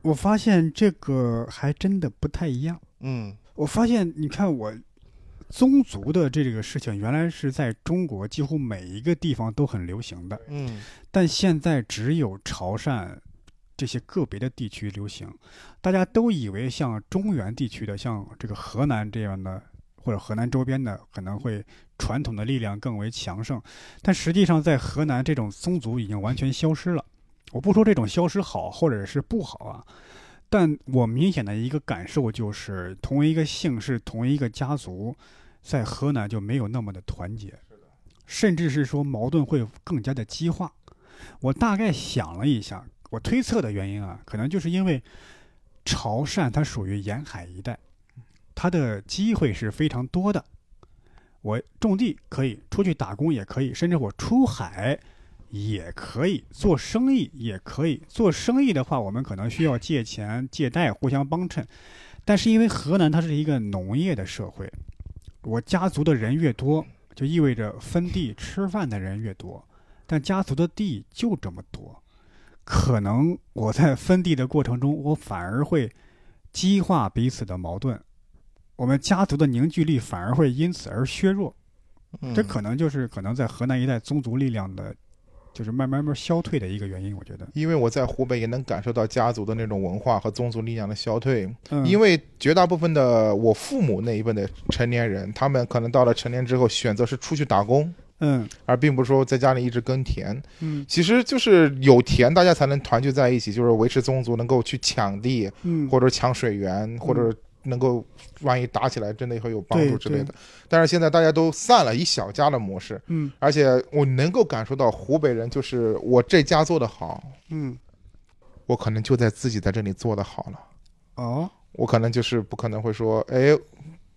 [SPEAKER 4] 我发现这个还真的不太一样。
[SPEAKER 1] 嗯
[SPEAKER 4] 我发现，你看我宗族的这个事情，原来是在中国几乎每一个地方都很流行的，
[SPEAKER 1] 嗯。
[SPEAKER 4] 但现在只有潮汕这些个别的地区流行。大家都以为像中原地区的，像这个河南这样的，或者河南周边的，可能会传统的力量更为强盛，但实际上在河南这种宗族已经完全消失了。我不说这种消失好或者是不好啊，但我明显的一个感受就是，同一个姓氏、同一个家族，在河南就没有那么的团结，甚至是说矛盾会更加的激化。我大概想了一下，我推测的原因啊，可能就是因为潮汕它属于沿海一带，它的机会是非常多的。我种地可以，出去打工也可以，甚至我出海也可以，做生意也可以。做生意的话，我们可能需要借钱、借贷，互相帮衬。但是因为河南它是一个农业的社会，我家族的人越多，就意味着分地吃饭的人越多，但家族的地就这么多。可能我在分地的过程中，我反而会激化彼此的矛盾，我们家族的凝聚力反而会因此而削弱。
[SPEAKER 1] 嗯
[SPEAKER 4] 这可能就是可能在河南一带宗族力量的，就是慢慢慢消退的一个原因，我觉得。
[SPEAKER 2] 因为我在湖北也能感受到家族的那种文化和宗族力量的消退，
[SPEAKER 4] 嗯，
[SPEAKER 2] 因
[SPEAKER 4] 为
[SPEAKER 2] 为绝大部分的我父母那一辈的成年人，他们可能到了成年之后，选择是出去打工，
[SPEAKER 4] 嗯
[SPEAKER 2] 而并不是说在家里一直耕田。
[SPEAKER 4] 嗯
[SPEAKER 2] 其实就是有田，大家才能团聚在一起，就是维持宗族能够去抢地，
[SPEAKER 4] 嗯，
[SPEAKER 2] 或者抢水源，或者能够万一打起来，真的会有帮助
[SPEAKER 4] 对
[SPEAKER 2] 之类的
[SPEAKER 4] 对。
[SPEAKER 2] 但是现在大家都散了，以小家的模式，
[SPEAKER 4] 嗯
[SPEAKER 2] 而且我能够感受到湖北人就是我这家做得好，
[SPEAKER 4] 嗯
[SPEAKER 2] 我可能就在自己在这里做得好了。
[SPEAKER 4] 哦，
[SPEAKER 2] 我可能就是不可能会说，哎，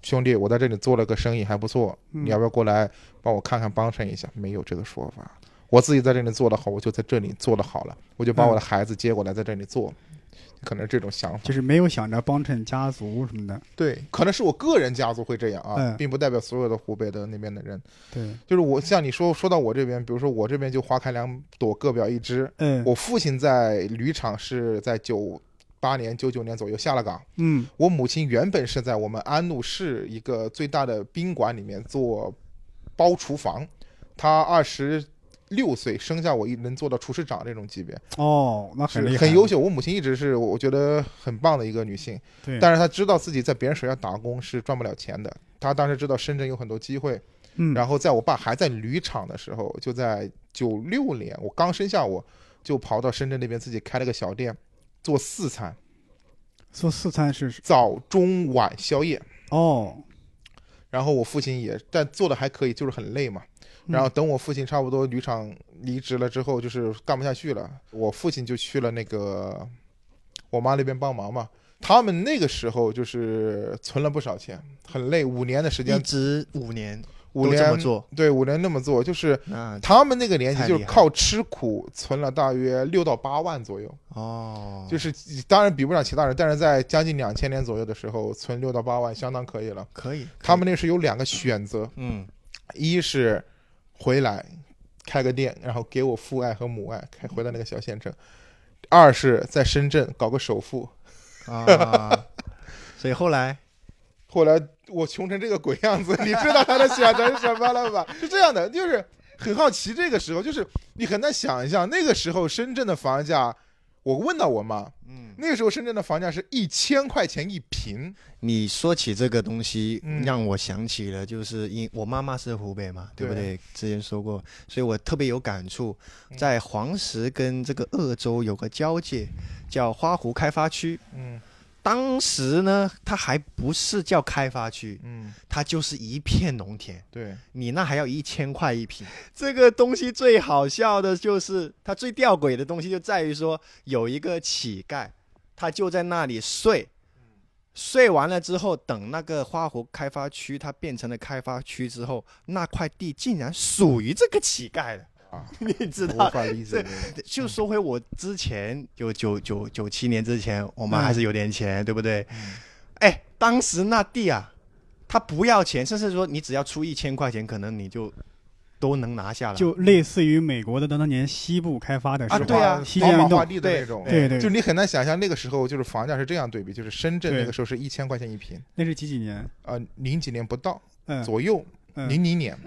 [SPEAKER 2] 兄弟，我在这里做了个生意还不错，
[SPEAKER 4] 嗯
[SPEAKER 2] 你要不要过来帮我看看帮衬一下？没有这个说法，我自己在这里做得好，我就在这里做得好了，我就把
[SPEAKER 4] 嗯
[SPEAKER 2] 我的孩子接过来在这里做，可能是这种想法。
[SPEAKER 4] 就是没有想着帮衬家族什么的。
[SPEAKER 2] 对，可能是我个人家族会这样啊
[SPEAKER 4] 嗯，
[SPEAKER 2] 并不代表所有的湖北的那边的人。
[SPEAKER 4] 对，
[SPEAKER 2] 就是我像你说说到我这边，比如说我这边就花开两朵，各表一枝。
[SPEAKER 4] 嗯
[SPEAKER 2] 我父亲在铝厂是在九八年、九九年左右下了岗。
[SPEAKER 4] 嗯
[SPEAKER 2] 我母亲原本是在我们安陆市一个最大的宾馆里面做包厨房，她二十六岁生下我一能做到厨师长这种级别，
[SPEAKER 4] 哦，那很厉
[SPEAKER 2] 是
[SPEAKER 4] 害，
[SPEAKER 2] 很优。秀。我母亲一直是我觉得很棒的一个女性，
[SPEAKER 4] 对，
[SPEAKER 2] 但是她知道自己在别人手下打工是赚不了钱的。她当时知道深圳有很多机会，
[SPEAKER 4] 嗯，
[SPEAKER 2] 然后在我爸还在铝厂的时候，就在九六年，我刚生下我就跑到深圳那边自己开了个小店，做四餐，
[SPEAKER 4] 做四餐是
[SPEAKER 2] 早中晚宵夜。
[SPEAKER 4] 哦，
[SPEAKER 2] 然后我父亲也，但做的还可以，就是很累嘛。
[SPEAKER 4] 嗯
[SPEAKER 2] 然后等我父亲差不多铝厂离职了之后，就是干不下去了，我父亲就去了那个我妈那边帮忙嘛。他们那个时候就是存了不少钱，很累，五年的时
[SPEAKER 1] 一
[SPEAKER 2] 间，
[SPEAKER 1] 直五年
[SPEAKER 2] 五
[SPEAKER 1] 都这么
[SPEAKER 2] 年嗯
[SPEAKER 1] 做，
[SPEAKER 2] 对五年那么做，就是
[SPEAKER 1] 那
[SPEAKER 2] 他们那个年纪
[SPEAKER 1] 太
[SPEAKER 2] 就
[SPEAKER 1] 厉
[SPEAKER 2] 是
[SPEAKER 1] 害
[SPEAKER 2] 靠吃苦存了大约六到八万左右，
[SPEAKER 1] 哦，
[SPEAKER 2] 就是当然比不上其他人，但是在将近两千年左右的时候存六到八万相当可以了。
[SPEAKER 1] 可以，
[SPEAKER 2] 他们那是有两个选择，
[SPEAKER 1] 嗯，
[SPEAKER 2] 一是回来开个店，然后给我父爱和母爱，开回到那个小县城；二是在深圳搞个首富。
[SPEAKER 1] 啊，所以后来
[SPEAKER 2] 后来我穷成这个鬼样子，你知道他的选择是什么了吧？ 是这样的，就是很好奇，这个时候就是你很难想象，那个时候深圳的房价。我问到我妈，
[SPEAKER 1] 嗯，
[SPEAKER 2] 那个时候深圳的房价是一千块钱一平，
[SPEAKER 1] 你说起这个东西，
[SPEAKER 2] 嗯
[SPEAKER 1] 让我想起了，就是因我妈妈是湖北嘛，对不对？之前说过，所以我特别有感触，
[SPEAKER 2] 嗯
[SPEAKER 1] 在黄石跟这个鄂州有个交界，叫花湖开发区。
[SPEAKER 2] 嗯
[SPEAKER 1] 当时呢，它还不是叫开发区，
[SPEAKER 2] 嗯，
[SPEAKER 1] 它就是一片农田。
[SPEAKER 2] 对，
[SPEAKER 1] 你那还要一千块一瓶。 这个东西最好笑的就是，它最吊诡的东西就在于说，有一个乞丐，他就在那里睡，睡完了之后，等那个花湖开发区它变成了开发区之后，那块地竟然属于这个乞丐了
[SPEAKER 2] 啊。
[SPEAKER 1] 你知
[SPEAKER 2] 无
[SPEAKER 1] 道，
[SPEAKER 2] 法理
[SPEAKER 1] 这。
[SPEAKER 2] 解
[SPEAKER 4] 嗯
[SPEAKER 1] 就说回我之前，就九九九七年之前，我们
[SPEAKER 4] 嗯
[SPEAKER 1] 还是有点钱，对不对？哎，当时那地啊，他不要钱，甚至说你只要出一千块钱，可能你就都能拿下了。
[SPEAKER 4] 就类似于美国的当年西部开发的时
[SPEAKER 1] 啊
[SPEAKER 4] 候，
[SPEAKER 1] 对啊
[SPEAKER 4] 西
[SPEAKER 2] 宝
[SPEAKER 4] 线
[SPEAKER 2] 马
[SPEAKER 4] 运动
[SPEAKER 2] 画，地的那种，
[SPEAKER 4] 对对，
[SPEAKER 2] 就你很难想象那个时候就是房价是这样对比，就是深圳
[SPEAKER 4] 对
[SPEAKER 2] 那个时候是一千块钱一平，
[SPEAKER 4] 那是几几年？
[SPEAKER 2] 呃，零几年不到
[SPEAKER 4] 嗯
[SPEAKER 2] 左右，
[SPEAKER 4] 嗯，
[SPEAKER 2] 零零年。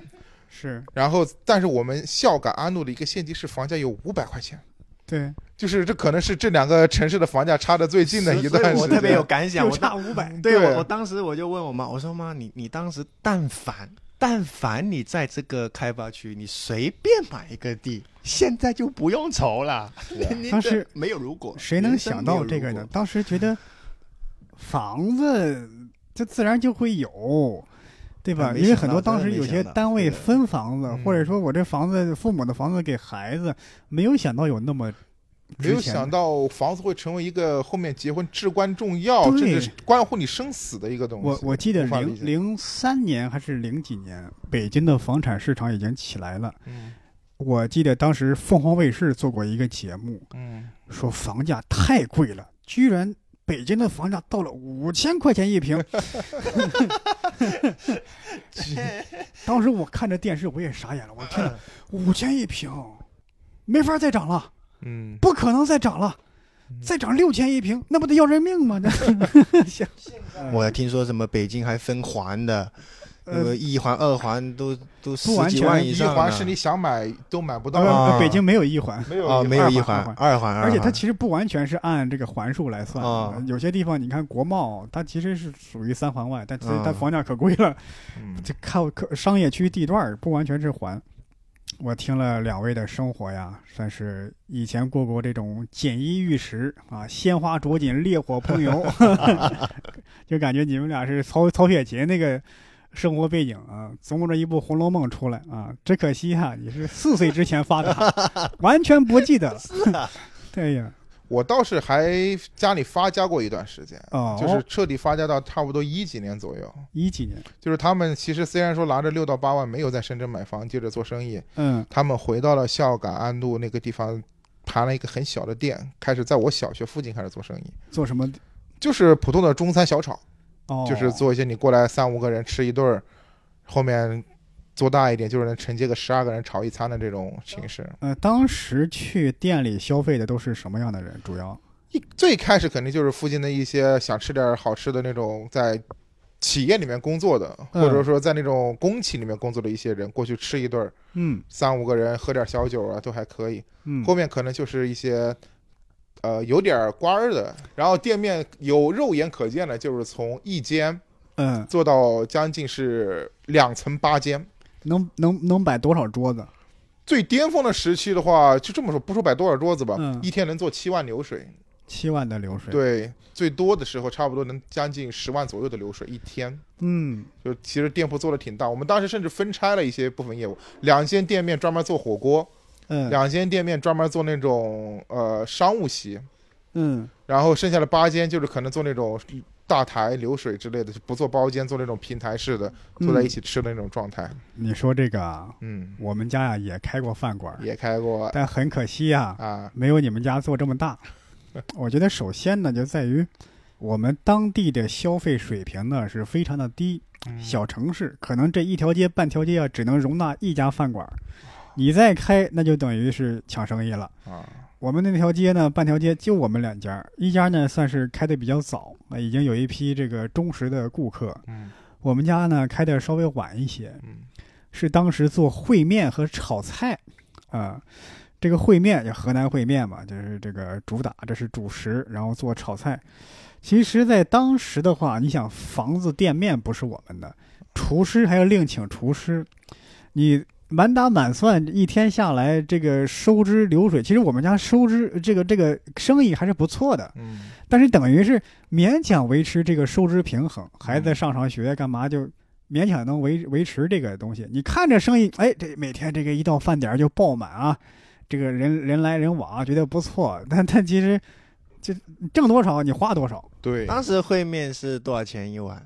[SPEAKER 4] 是
[SPEAKER 2] 然后，但是我们孝感阿怒的一个县级市房价有五百块钱，
[SPEAKER 4] 对，
[SPEAKER 2] 就是这可能是这两个城市的房价差的最近的一段时
[SPEAKER 1] 所以
[SPEAKER 2] 间。
[SPEAKER 1] 我特别有感想。
[SPEAKER 4] 就
[SPEAKER 1] 我
[SPEAKER 4] 差
[SPEAKER 1] 当
[SPEAKER 4] 五百。
[SPEAKER 1] 对
[SPEAKER 2] 对
[SPEAKER 1] 我，我当时我就问我妈，我说妈，你你当时但凡但凡你在这个开发区，你随便买一个地，现在就不用愁了。
[SPEAKER 2] 对啊
[SPEAKER 1] 你你
[SPEAKER 4] 当
[SPEAKER 1] 这
[SPEAKER 4] 时
[SPEAKER 1] 没有如果，
[SPEAKER 4] 谁能想到这个呢？当时觉得房子这自然就会有，对吧？
[SPEAKER 1] 但啊没
[SPEAKER 4] 因为
[SPEAKER 1] 想
[SPEAKER 4] 很多
[SPEAKER 1] 到
[SPEAKER 4] 当
[SPEAKER 1] 真
[SPEAKER 4] 时
[SPEAKER 1] 的
[SPEAKER 4] 有
[SPEAKER 1] 没
[SPEAKER 4] 些
[SPEAKER 1] 想到
[SPEAKER 4] 单
[SPEAKER 1] 对
[SPEAKER 4] 位分房子，
[SPEAKER 2] 嗯
[SPEAKER 4] 或者说我这房子父母的房子给孩子，没有想到有那么
[SPEAKER 2] 没有
[SPEAKER 4] 值钱
[SPEAKER 2] 想
[SPEAKER 4] 的
[SPEAKER 2] 到房子会成为一个后面结婚至关重要，
[SPEAKER 4] 对
[SPEAKER 2] 甚至是关乎你生死的一个东西。
[SPEAKER 4] 我我记得
[SPEAKER 2] 无法理
[SPEAKER 4] 零
[SPEAKER 2] 解
[SPEAKER 4] 零三年还是零几年，北京的房产市场已经起来了。
[SPEAKER 2] 嗯
[SPEAKER 4] 我记得当时凤凰卫视做过一个节目，
[SPEAKER 2] 嗯，
[SPEAKER 4] 说房价太贵了，居然北京的房价到了五千块钱一平。 当时我看着电视，我也傻眼了，我天哪，五千一平，没法再涨了，
[SPEAKER 2] 嗯，
[SPEAKER 4] 不可能再涨了，再涨六千一平，那不得要人命吗？那行
[SPEAKER 1] 我听说什么北京还分环的，
[SPEAKER 4] 呃
[SPEAKER 1] 呃，一环、二环都都十
[SPEAKER 4] 完
[SPEAKER 1] 几
[SPEAKER 4] 全
[SPEAKER 1] 万以
[SPEAKER 2] 一
[SPEAKER 1] 上
[SPEAKER 2] 环
[SPEAKER 1] 呢
[SPEAKER 2] 是你想买都买不到的，
[SPEAKER 4] 呃
[SPEAKER 1] 啊
[SPEAKER 4] 北京没有一环，
[SPEAKER 2] 没有
[SPEAKER 1] 啊，没有一环
[SPEAKER 4] 二环，
[SPEAKER 1] 二环，
[SPEAKER 4] 而且
[SPEAKER 1] 二
[SPEAKER 4] 它
[SPEAKER 1] 环
[SPEAKER 4] 其实不完全是按这个环数来算的，
[SPEAKER 1] 哦
[SPEAKER 4] 有些地方你看国贸，它其实是属于三环外，但其实它
[SPEAKER 1] 嗯
[SPEAKER 4] 房价可贵了，
[SPEAKER 2] 嗯
[SPEAKER 4] 这靠可商业区地段儿不完全是环。我听了两位的生活呀，算是以前过过这种锦衣玉食啊，鲜花着锦，烈火烹油， 就感觉你们俩是曹曹雪芹那个生活背景啊，琢磨着一部《红楼梦》出来啊。只可惜哈、你是四岁之前发的，完全不记得了。对呀，
[SPEAKER 2] 我倒是还家里发家过一段时间，
[SPEAKER 4] 哦，
[SPEAKER 2] 就是彻底发家到差不多一几年左右。
[SPEAKER 4] 一几年，
[SPEAKER 2] 就是他们其实虽然说拿着六到八万没有在深圳买房，接着做生意，
[SPEAKER 4] 嗯，
[SPEAKER 2] 他们回到了孝感安陆那个地方，盘了一个很小的店，开始在我小学附近开始做生意，
[SPEAKER 4] 做什么？
[SPEAKER 2] 就是普通的中餐小炒，
[SPEAKER 4] 哦，
[SPEAKER 2] 就是做一些你过来三五个人吃一顿儿，后面做大一点就是能承接个十二个人炒一餐的这种形式。
[SPEAKER 4] 呃，当时去店里消费的都是什么样的人？主要
[SPEAKER 2] 一最开始肯定就是附近的一些想吃点好吃的那种，在企业里面工作的，
[SPEAKER 4] 嗯
[SPEAKER 2] 或者说在那种公企里面工作的一些人，过去吃一顿儿，
[SPEAKER 4] 嗯
[SPEAKER 2] 三五个人喝点小酒啊，都还可以。
[SPEAKER 4] 嗯，
[SPEAKER 2] 后面可能就是一些，呃，有点官儿的，然后店面有肉眼可见的，就是从一间
[SPEAKER 4] 嗯，
[SPEAKER 2] 做到将近是两层八间。
[SPEAKER 4] 能能能摆多少桌子？
[SPEAKER 2] 最巅峰的时期的话，就这么说，不说摆多少桌子吧，
[SPEAKER 4] 嗯
[SPEAKER 2] 一天能做七万流水。
[SPEAKER 4] 七万的流水，，
[SPEAKER 2] 对，最多的时候差不多能将近十万左右的流水一天。
[SPEAKER 4] 嗯
[SPEAKER 2] 就其实店铺做的挺大，我们当时甚至分拆了一些部分业务，两间店面专门做火锅，
[SPEAKER 4] 嗯
[SPEAKER 2] 两间店面专门做那种呃商务席，
[SPEAKER 4] 嗯
[SPEAKER 2] 然后剩下的八间就是可能做那种大台流水之类的，就不做包间，做那种平台式的，
[SPEAKER 4] 嗯
[SPEAKER 2] 坐在一起吃的那种状态。
[SPEAKER 4] 你说这个啊，
[SPEAKER 2] 嗯，
[SPEAKER 4] 我们家呀也开过饭馆儿，
[SPEAKER 2] 也开过
[SPEAKER 4] 但很可惜呀，
[SPEAKER 2] 啊，
[SPEAKER 4] 没有你们家做这 么大。我觉得首先呢，就在于我们当地的消费水平呢是非常的低，
[SPEAKER 2] 嗯
[SPEAKER 4] 小城市可能这一条街半条街啊只能容纳一家饭馆儿，
[SPEAKER 2] 啊
[SPEAKER 4] 你再开那就等于是抢生意了。
[SPEAKER 2] 啊，
[SPEAKER 4] 我们那条街呢，半条街就我们两家，一家呢算是开的比较早，啊已经有一批这个忠实的顾客。
[SPEAKER 2] 嗯
[SPEAKER 4] 我们家呢开的稍微晚一些，
[SPEAKER 2] 嗯
[SPEAKER 4] 是当时做烩面和炒菜，啊、这个烩面就河南烩面嘛，就是这个主打，这是主食，然后做炒菜。其实，在当时的话，你想房子店面不是我们的，厨师还要另请厨师，你满打满算一天下来，这个收支流水，其实我们家收支这个这个生意还是不错的，
[SPEAKER 2] 嗯，
[SPEAKER 4] 但是等于是勉强维持这个收支平衡，孩
[SPEAKER 1] 嗯
[SPEAKER 4] 子上上学干嘛就勉强能维维持这个东西。你看着生意，哎，这每天这个一到饭点儿就爆满啊，这个人人来人往，啊觉得不错， 但但其实就挣多少你花多少。
[SPEAKER 2] 对，
[SPEAKER 1] 当时烩面是多少钱一碗？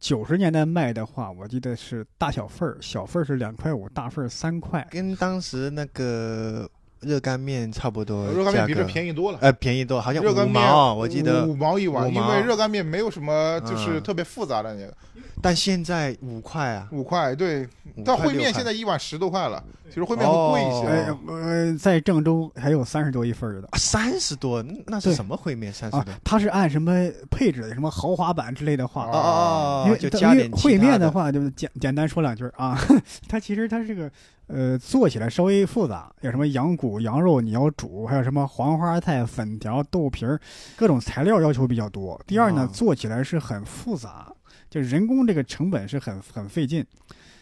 [SPEAKER 4] 九十年代卖的话，我记得是大小份儿，小份儿是两块五，大份儿三块。
[SPEAKER 1] 跟当时那个热干面差不多价格，
[SPEAKER 2] 热干面比这便宜多了。
[SPEAKER 1] 呃便宜多，好像
[SPEAKER 2] 热干
[SPEAKER 1] 五毛，
[SPEAKER 2] 面
[SPEAKER 1] 啊我记得
[SPEAKER 2] 五。毛一碗，
[SPEAKER 1] 五
[SPEAKER 2] 因
[SPEAKER 1] 毛
[SPEAKER 2] 为热干面没有什么就是
[SPEAKER 1] 嗯
[SPEAKER 2] 特别复杂的那个，
[SPEAKER 1] 但现在五块啊，
[SPEAKER 2] 五块对，
[SPEAKER 1] 五
[SPEAKER 2] 但
[SPEAKER 1] 块
[SPEAKER 2] 烩面
[SPEAKER 1] 六块
[SPEAKER 2] 现在一碗十多块了，其实烩面会贵一
[SPEAKER 1] 哦
[SPEAKER 2] 些。啊
[SPEAKER 4] 哎，呃，在郑州还有三十多一份儿的。
[SPEAKER 1] 啊三十多，那那
[SPEAKER 4] 对
[SPEAKER 1] 是什么烩面？三十
[SPEAKER 4] 啊
[SPEAKER 1] 多。，
[SPEAKER 4] 它是按什么配置的，什么豪华版之类的话，
[SPEAKER 2] 哦
[SPEAKER 1] 哦哦哦，
[SPEAKER 4] 因为
[SPEAKER 1] 就
[SPEAKER 4] 它
[SPEAKER 1] 加
[SPEAKER 4] 因为
[SPEAKER 1] 点其
[SPEAKER 4] 烩
[SPEAKER 1] 他
[SPEAKER 4] 面
[SPEAKER 1] 的
[SPEAKER 4] 的话，就是简简单说两句儿啊， 它其实它这个呃做起来稍微复杂，有什么羊骨、羊肉你要煮，还有什么黄花菜、粉条、豆皮儿，各种材料要求比较多。第二呢，
[SPEAKER 1] 哦
[SPEAKER 4] 做起来是很复杂，就人工这个成本是很很费劲。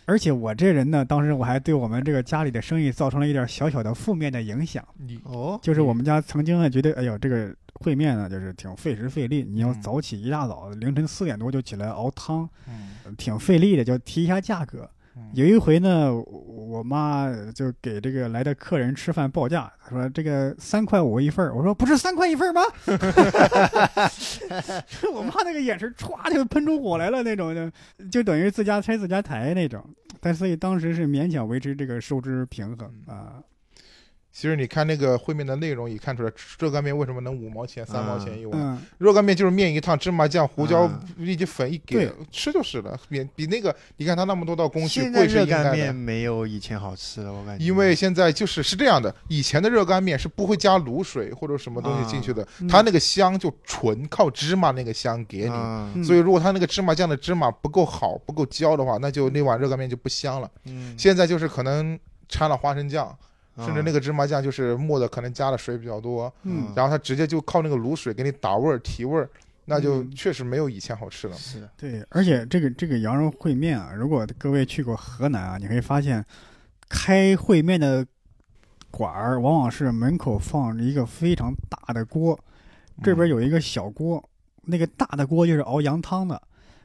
[SPEAKER 4] 而且我这人呢，当时我还对我们这个家里的生意造成了一点小小的负面的影响。
[SPEAKER 2] 你
[SPEAKER 1] 哦，
[SPEAKER 4] 就是我们家曾经啊觉得，哎呦，这个烩面呢，就是挺费时费力。你要
[SPEAKER 2] 嗯
[SPEAKER 4] 早起一大早，凌晨四点多就起来熬汤，
[SPEAKER 2] 嗯
[SPEAKER 4] 呃挺费力的，就提一下价格。
[SPEAKER 2] 嗯
[SPEAKER 4] 有一回呢，我我妈就给这个来的客人吃饭报价，她说这个三块五一份儿我说不是三块一份儿吗？ 我妈那个眼神歘就喷出火来了那种，就就等于自家拆自家台那种。但所以当时是勉强维持这个收支平衡
[SPEAKER 2] 嗯
[SPEAKER 4] 啊。
[SPEAKER 2] 其实你看那个烩面的内容，也看出来热干面为什么能五毛钱、三毛钱一碗。
[SPEAKER 4] 嗯，
[SPEAKER 2] 热干面就是面一烫，芝麻酱、胡椒
[SPEAKER 1] 嗯
[SPEAKER 2] 以及粉一给
[SPEAKER 4] 对，
[SPEAKER 2] 吃就是了。比比那个，你看它那么多道工序，
[SPEAKER 1] 现在
[SPEAKER 2] 贵是
[SPEAKER 1] 热
[SPEAKER 2] 应该
[SPEAKER 1] 干面
[SPEAKER 2] 的。
[SPEAKER 1] 没有以前好吃了，我感觉。
[SPEAKER 2] 因为现在就是是这样的，以前的热干面是不会加卤水或者什么东西进去的，
[SPEAKER 4] 嗯
[SPEAKER 2] 它那个香就纯靠芝麻那个香给你。
[SPEAKER 1] 嗯
[SPEAKER 2] 所以如果它那个芝麻酱的芝麻不够好、不够焦的话，那就那碗热干面就不香了。
[SPEAKER 1] 嗯，
[SPEAKER 2] 现在就是可能掺了花生酱，甚至那
[SPEAKER 1] 个
[SPEAKER 2] 个芝麻酱就是磨的，可能加的水比较多，
[SPEAKER 4] 嗯
[SPEAKER 1] 嗯
[SPEAKER 2] 然后它直接就靠那个卤水给你打味儿、提味儿，那就
[SPEAKER 4] 嗯
[SPEAKER 2] 确实没有以前好吃了。
[SPEAKER 1] 是的，
[SPEAKER 4] 对，而且这个这个羊肉烩面啊，如果各位去过河南啊，你会发现，开烩面的馆儿往往是门口放着一个非常大的锅，这边有一个小锅，那个大的锅就是熬羊汤的，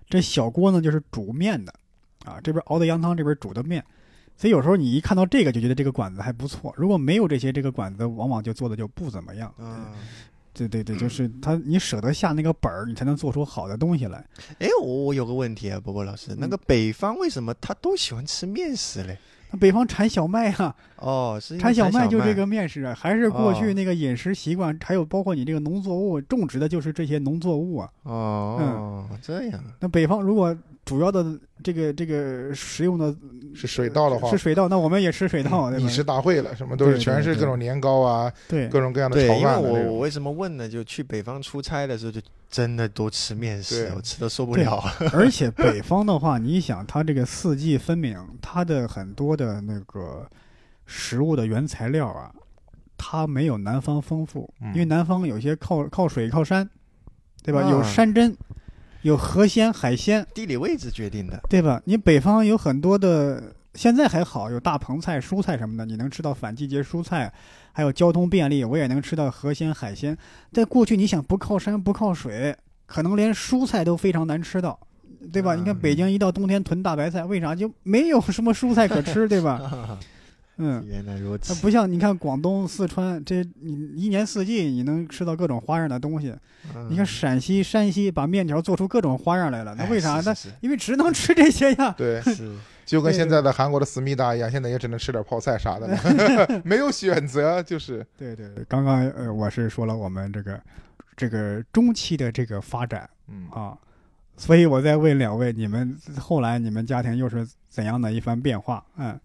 [SPEAKER 4] 这小锅呢就是煮面的，啊，这边熬的羊汤，这边煮的面。所以有时候你一看到这个就觉得这个馆子还不错，如果没有这些，这个馆子往往就做的就不怎么样。
[SPEAKER 1] 嗯，
[SPEAKER 4] 对对对，就是他，你舍得下那个本儿，你才能做出好的东西来。
[SPEAKER 1] 哎，我我有个问题啊，波波老师，那
[SPEAKER 4] 嗯
[SPEAKER 1] 个北方为什么他都喜欢吃面食嘞？
[SPEAKER 4] 那北方产小麦啊，
[SPEAKER 1] 哦，是因为
[SPEAKER 4] 产小
[SPEAKER 1] 麦
[SPEAKER 4] 麦就这个面食啊，还是过去
[SPEAKER 1] 哦
[SPEAKER 4] 那个饮食习惯，还有包括你这个农作物种植的就是这些农作物啊。
[SPEAKER 1] 哦，这样
[SPEAKER 4] 那北方如果主要的这个这个食用的
[SPEAKER 2] 是水稻的话嗯
[SPEAKER 4] 是，水稻，那我们也吃水稻，对吧？
[SPEAKER 2] 你是大会了，什么都是
[SPEAKER 4] 对对
[SPEAKER 2] 全是
[SPEAKER 4] 对
[SPEAKER 2] 各种年糕啊，
[SPEAKER 4] 对，
[SPEAKER 2] 各种各样的
[SPEAKER 1] 对，
[SPEAKER 2] 炒
[SPEAKER 1] 因为
[SPEAKER 2] 饭的
[SPEAKER 1] 我
[SPEAKER 2] 那
[SPEAKER 1] 我
[SPEAKER 2] 种。
[SPEAKER 1] 为什么问呢？就去北方出差的时候，就真的多吃面食
[SPEAKER 2] 对，
[SPEAKER 1] 我吃的受不
[SPEAKER 4] 对啊
[SPEAKER 1] 了。
[SPEAKER 4] 而且北方的话，你想它这个四季分明，它的很多的那个食物的原材料啊，它没有南方丰富，
[SPEAKER 2] 嗯
[SPEAKER 4] 因为南方有些靠靠水靠山，对吧？
[SPEAKER 1] 啊
[SPEAKER 4] 有山珍，有河鲜海鲜，
[SPEAKER 1] 地理位置决定的，
[SPEAKER 4] 对吧？你北方有很多的，现在还好有大棚菜、蔬菜什么的，你能吃到反季节蔬菜，还有交通便利，我也能吃到河鲜海鲜。在过去，你想不靠山不靠水，可能连蔬菜都非常难吃到，对吧？
[SPEAKER 1] 嗯
[SPEAKER 4] 你看北京一到冬天囤大白菜，为啥就没有什么蔬菜可吃，对吧？ 嗯。
[SPEAKER 1] 原来如
[SPEAKER 4] 它
[SPEAKER 1] 此。
[SPEAKER 4] 不像你看广东、四川，这你一年四季你能吃到各种花样的东西。你看
[SPEAKER 1] 嗯
[SPEAKER 4] 陕西、山西把面条做出各种花样来了，那为啥？
[SPEAKER 1] 哎
[SPEAKER 4] 呢？
[SPEAKER 1] 是
[SPEAKER 4] 因为只能吃这些呀。
[SPEAKER 2] 对，
[SPEAKER 1] 是是
[SPEAKER 2] 就跟
[SPEAKER 4] 对
[SPEAKER 2] 现在的韩国的思密达一样，现在也只能吃点泡菜啥的 了，没有选择，就是
[SPEAKER 4] 对对对，刚刚呃，我是说了我们这个这个中期的这个发展
[SPEAKER 2] 嗯，
[SPEAKER 4] 啊，所以我在问两位，你们后来你们家庭又是怎样的一番变化？嗯，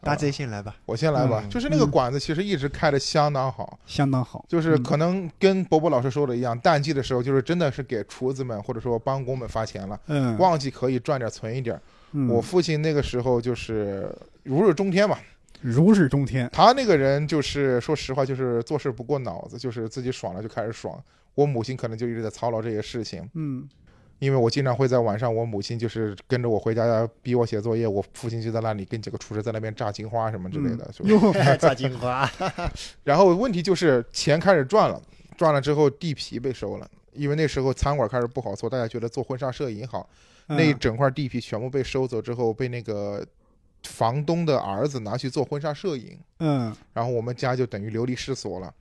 [SPEAKER 1] 大 J 先 来吧。
[SPEAKER 2] 我先来吧
[SPEAKER 1] 嗯。
[SPEAKER 2] 就是那个
[SPEAKER 4] 嗯
[SPEAKER 2] 馆子其实一直开的相当好，
[SPEAKER 4] 相当好，
[SPEAKER 2] 就是
[SPEAKER 4] 嗯
[SPEAKER 2] 可能跟伯伯老师说的一样，淡季的时候就是真的是给厨子们或者说帮工们发钱了，
[SPEAKER 4] 嗯，
[SPEAKER 2] 旺季可以赚点存一点。
[SPEAKER 4] 嗯
[SPEAKER 2] 我父亲那个时候就是如日中天嘛，
[SPEAKER 4] 如日中天，
[SPEAKER 2] 他那个人就是说实话，就是做事不过脑子，就是自己爽了就开始爽。我母亲可能就一直在操劳这些事情，
[SPEAKER 4] 嗯
[SPEAKER 2] 因为我经常会在晚上，我母亲就是跟着我回家逼我写作业，我父亲就在那里跟几个厨师在那边炸金花什么之类的。就是
[SPEAKER 4] 哟，
[SPEAKER 1] 炸金 花，
[SPEAKER 2] 然后问题就是钱开始赚了，赚了之后地皮被收了，因为那时候餐馆开始不好做，大家觉得做婚纱摄影好，那一
[SPEAKER 4] 嗯
[SPEAKER 2] 整块地皮全部被收走之后，被那个房东的儿子拿去做婚纱摄影。
[SPEAKER 4] 嗯
[SPEAKER 2] 然后我们家就等于流离失所了。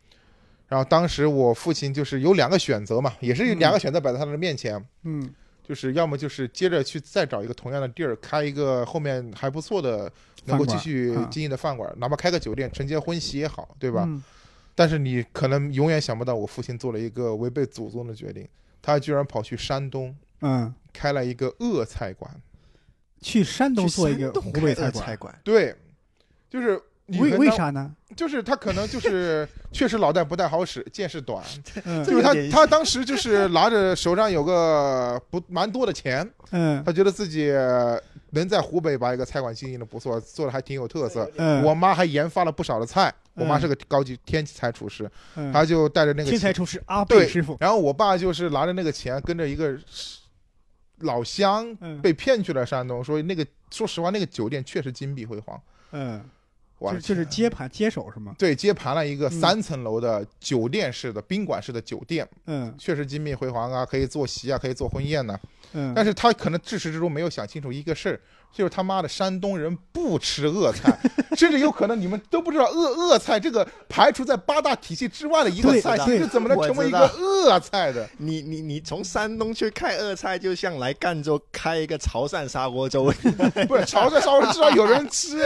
[SPEAKER 2] 然后当时我父亲就是有两个选择嘛，也是有
[SPEAKER 4] 嗯
[SPEAKER 2] 两个选择摆在他的面前，
[SPEAKER 4] 嗯
[SPEAKER 2] 就是要么就是接着去再找一个同样的地儿开一个后面还不错的能够
[SPEAKER 4] 饭
[SPEAKER 2] 继
[SPEAKER 4] 馆
[SPEAKER 2] 续
[SPEAKER 4] 嗯
[SPEAKER 2] 经营的饭馆，哪怕开个酒店承接婚席也好，对
[SPEAKER 4] 对
[SPEAKER 2] 吧？
[SPEAKER 4] 嗯
[SPEAKER 2] 但是你可能永远想不到，我父亲做了一个违背祖宗的决定，他居然跑去山东
[SPEAKER 4] 嗯，
[SPEAKER 2] 开了一个鄂菜馆。
[SPEAKER 4] 去山东
[SPEAKER 1] 去
[SPEAKER 4] 做一个
[SPEAKER 1] 山东
[SPEAKER 4] 湖
[SPEAKER 1] 开个
[SPEAKER 4] 北菜
[SPEAKER 1] 菜
[SPEAKER 4] 馆，
[SPEAKER 1] 馆，
[SPEAKER 2] 对，就是你
[SPEAKER 4] 为
[SPEAKER 2] 很
[SPEAKER 4] 为
[SPEAKER 2] 难？
[SPEAKER 4] 啥呢？
[SPEAKER 2] 就是他可能就是 确实脑袋不太好使，见识短，
[SPEAKER 4] 嗯
[SPEAKER 2] 就是他
[SPEAKER 1] 这个也
[SPEAKER 2] 他当时就是拿着手上有个不蛮多的钱，
[SPEAKER 4] 嗯
[SPEAKER 2] 他觉得自己能在湖北把一个菜馆经营的不错，做的还挺有特色。
[SPEAKER 4] 嗯，
[SPEAKER 2] 我妈还研发了不少的菜，我妈
[SPEAKER 4] 嗯
[SPEAKER 2] 是个高级天才厨师，
[SPEAKER 4] 嗯
[SPEAKER 2] 她就带着那个
[SPEAKER 4] 天才
[SPEAKER 2] 钱，
[SPEAKER 4] 厨师阿贝
[SPEAKER 2] 对
[SPEAKER 4] 师傅，
[SPEAKER 2] 然后我爸就是拿着那个钱跟着一个老乡
[SPEAKER 4] 嗯
[SPEAKER 2] 被骗去了山东，说那个说实话那个酒店确实金碧辉煌，
[SPEAKER 4] 嗯，
[SPEAKER 2] 哇，
[SPEAKER 4] 就是就是接盘接手是吗？
[SPEAKER 2] 对接盘了一个
[SPEAKER 4] 嗯
[SPEAKER 2] 三层楼的酒店式的宾馆式的酒店，
[SPEAKER 4] 嗯
[SPEAKER 2] 确实金碧辉煌啊，可以做席啊，可以做婚宴呢、
[SPEAKER 4] 嗯，
[SPEAKER 2] 但是他可能至始至终没有想清楚一个事儿，就是他妈的山东人不吃鄂 菜，甚至有可能你们都不知道鄂鄂菜这个排除在八大体系之外的一个
[SPEAKER 4] 对
[SPEAKER 2] 菜
[SPEAKER 1] 对
[SPEAKER 2] 系是怎么能
[SPEAKER 1] 我
[SPEAKER 2] 成为
[SPEAKER 1] 知
[SPEAKER 2] 一
[SPEAKER 1] 道
[SPEAKER 2] 个鄂菜的。
[SPEAKER 1] 你你你从山东去开二菜，就像来赣州开一个潮汕砂锅粥，
[SPEAKER 2] 不是潮汕烧肉至少有人吃，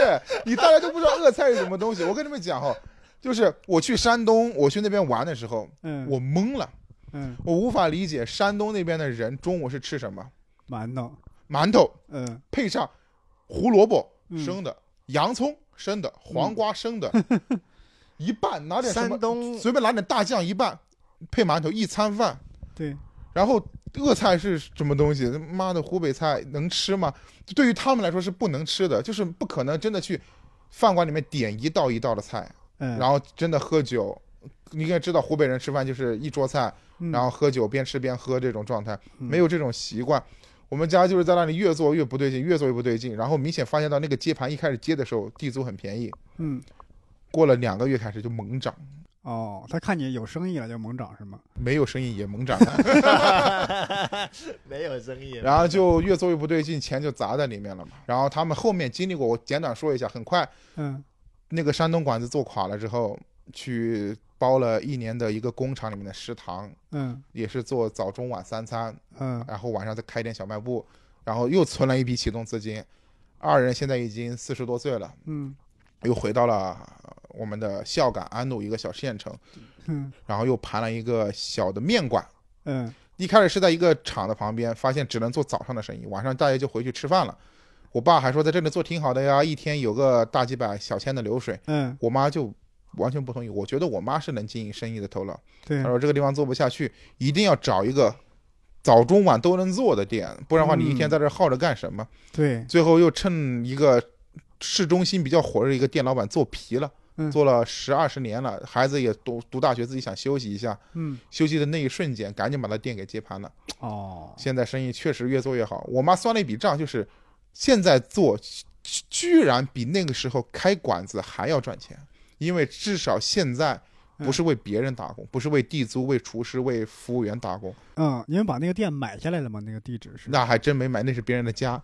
[SPEAKER 2] 你大家都不知道鄂菜是什么东西。我跟你们讲哈、就是我去山东，我去那边玩的时候，
[SPEAKER 4] 嗯
[SPEAKER 2] 我懵了，
[SPEAKER 4] 嗯
[SPEAKER 2] 我无法理解山东那边的人中午是吃什么，
[SPEAKER 4] 馒头，
[SPEAKER 2] 馒头
[SPEAKER 4] 嗯
[SPEAKER 2] 配上胡萝卜
[SPEAKER 4] 嗯
[SPEAKER 2] 生的、洋葱生的、黄瓜生的，一拌拿点什么
[SPEAKER 1] 山，东
[SPEAKER 2] 随便拿点大酱一拌，配馒头一餐饭。
[SPEAKER 4] 对，
[SPEAKER 2] 然后鄂菜是什么东西？妈的，湖北菜能吃吗？对于他们来说是不能吃的，就是不可能真的去饭馆里面点一道一道的菜，
[SPEAKER 4] 嗯，
[SPEAKER 2] 然后真的喝酒。你应该知道，湖北人吃饭就是一桌菜，
[SPEAKER 4] 嗯
[SPEAKER 2] 然后喝酒，边吃边喝这种状态，
[SPEAKER 4] 嗯
[SPEAKER 2] 没有这种习惯。我们家就是在那里越做越不对劲，越做越不对劲，然后明显发现到那个接盘一开始接的时候地租很便宜，
[SPEAKER 4] 嗯
[SPEAKER 2] 过了两个月开始就猛涨，
[SPEAKER 4] 哦，他看你有生意了就猛涨是吗？
[SPEAKER 2] 没有生意也猛涨，
[SPEAKER 1] 没有生意。
[SPEAKER 2] 然后就越做越不对劲，钱就砸在里面了嘛。然后他们后面经历过，我简短说一下，很快
[SPEAKER 4] 嗯
[SPEAKER 2] 那个山东馆子做垮了之后，去包了一年的一个工厂里面的食堂，
[SPEAKER 4] 嗯
[SPEAKER 2] 也是做早中晚三餐，
[SPEAKER 4] 嗯
[SPEAKER 2] 然后晚上再开点小卖部，然后又存了一笔启动资金。二人现在已经四十多岁了，
[SPEAKER 4] 嗯
[SPEAKER 2] 又回到了我们的孝感安陆一个小县城，
[SPEAKER 4] 嗯
[SPEAKER 2] 然后又盘了一个小的面馆。
[SPEAKER 4] 嗯
[SPEAKER 2] 一开始是在一个厂的旁边，发现只能做早上的生意，晚上大家就回去吃饭了。我爸还说在这里做挺好的呀，一天有个大几百、小千的流水。
[SPEAKER 4] 嗯，
[SPEAKER 2] 我妈就完全不同意，我觉得我妈是能经营生意的头脑。
[SPEAKER 4] 对
[SPEAKER 2] 她，说这个地方做不下去，一定要找一个早中晚都能做的店，不然的话你一天在这儿耗着干什么？
[SPEAKER 4] 对，
[SPEAKER 2] 最后又趁一个市中心比较火热的一个店老板做皮了
[SPEAKER 4] 嗯。
[SPEAKER 2] 做了十二十年了，孩子也读读大学，自己想休息一下。
[SPEAKER 4] 嗯，
[SPEAKER 2] 休息的那一瞬间，赶紧把他店给接盘了。
[SPEAKER 4] 哦，
[SPEAKER 2] 现在生意确实越做越好。我妈算了一笔账，就是现在做居居然比那个时候开馆子还要赚钱，因为至少现在不是为别人打工，不是为地租、为厨师、为服务员打工，
[SPEAKER 4] 嗯，你们把那个店买下来了吗？那个地址是？
[SPEAKER 2] 那还真没买，那是别人的家。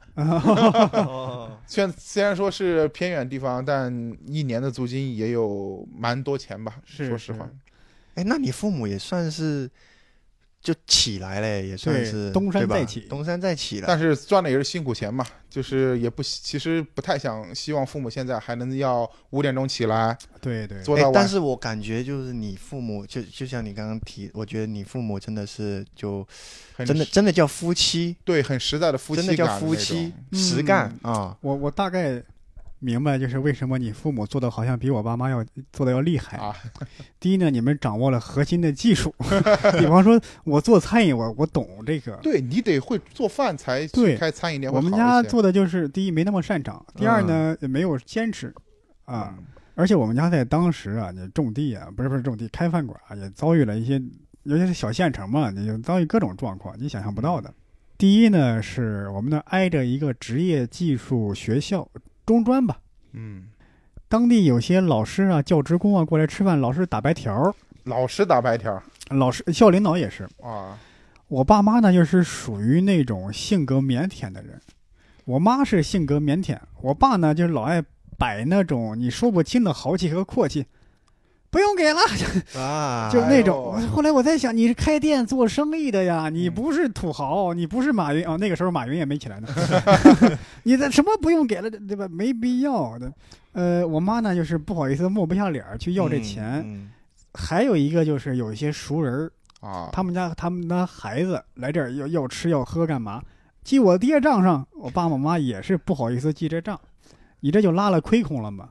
[SPEAKER 1] 哦，
[SPEAKER 2] 虽然虽然说是偏远地方，但一年的租金也有蛮多钱吧。
[SPEAKER 4] 是
[SPEAKER 2] 说实话，
[SPEAKER 1] 哎，那你父母也算是就起来了，也算
[SPEAKER 4] 对
[SPEAKER 1] 是
[SPEAKER 4] 东山
[SPEAKER 1] 对吧
[SPEAKER 4] 再起
[SPEAKER 1] 东山再起了。
[SPEAKER 2] 但是赚的也是辛苦钱嘛，就是也不其实不太想希望父母现在还能要五点钟起来
[SPEAKER 4] 对对，
[SPEAKER 2] 做
[SPEAKER 1] 哎
[SPEAKER 2] 到晚
[SPEAKER 1] 但是我感觉就是你父母，就就像你刚刚提，我觉得你父母真的是就
[SPEAKER 2] 很
[SPEAKER 1] 真的真的叫夫妻，
[SPEAKER 2] 对，很实在的夫妻
[SPEAKER 1] 真
[SPEAKER 2] 感
[SPEAKER 1] 的
[SPEAKER 2] 那种，
[SPEAKER 1] 叫夫妻
[SPEAKER 4] 嗯
[SPEAKER 1] 实干啊。
[SPEAKER 4] 我我大概明白，就是为什么你父母做的好像比我爸妈要做的要厉害
[SPEAKER 2] 啊。
[SPEAKER 4] 第一呢，你们掌握了核心的技术， 比方说我做餐饮，我我懂这个。
[SPEAKER 2] 对你得会做饭才去
[SPEAKER 4] 对
[SPEAKER 2] 开餐饮店会
[SPEAKER 4] 我
[SPEAKER 2] 好一
[SPEAKER 4] 们
[SPEAKER 2] 些。
[SPEAKER 4] 家做的就是第一没那么擅长，第二呢、也没有坚持啊。
[SPEAKER 2] 嗯
[SPEAKER 4] 而且我们家在当时啊，你种地啊，不是不是种地，开饭馆啊，也遭遇了一些，尤其是小县城嘛，你就遭遇各种状况，你想象不到
[SPEAKER 2] 嗯
[SPEAKER 4] 的。第一呢，是我们那儿挨着一个职业技术学校，中专吧，
[SPEAKER 2] 嗯，
[SPEAKER 4] 当地有些老师啊、教职工啊过来吃饭，老师打白条儿，
[SPEAKER 2] 老实打白条
[SPEAKER 4] 老师校领导也是。
[SPEAKER 2] 啊，
[SPEAKER 4] 我爸妈呢，就是属于那种性格腼腆的人。我妈是性格腼腆，我爸呢就是老爱摆那种你说不清的豪气和阔气。不用给了，
[SPEAKER 1] 啊，
[SPEAKER 4] 嗯就那种。
[SPEAKER 2] 哎呦
[SPEAKER 4] 后来我在想，你是开店做生意的呀，你
[SPEAKER 2] 嗯
[SPEAKER 4] 不是土豪，你不是马云啊、那个时候马云也没起来呢， 你这什么不用给了，对吧？没必要的。呃，我妈呢就是不好意思，抹不下脸儿去要这钱。
[SPEAKER 1] 嗯
[SPEAKER 4] 还有一个就是有一些熟人儿，
[SPEAKER 2] 啊，
[SPEAKER 4] 他们家他们的孩子来这儿要要吃要喝干嘛？记我爹账上，我爸我妈也是不好意思记这账，你这就拉了亏空了嘛？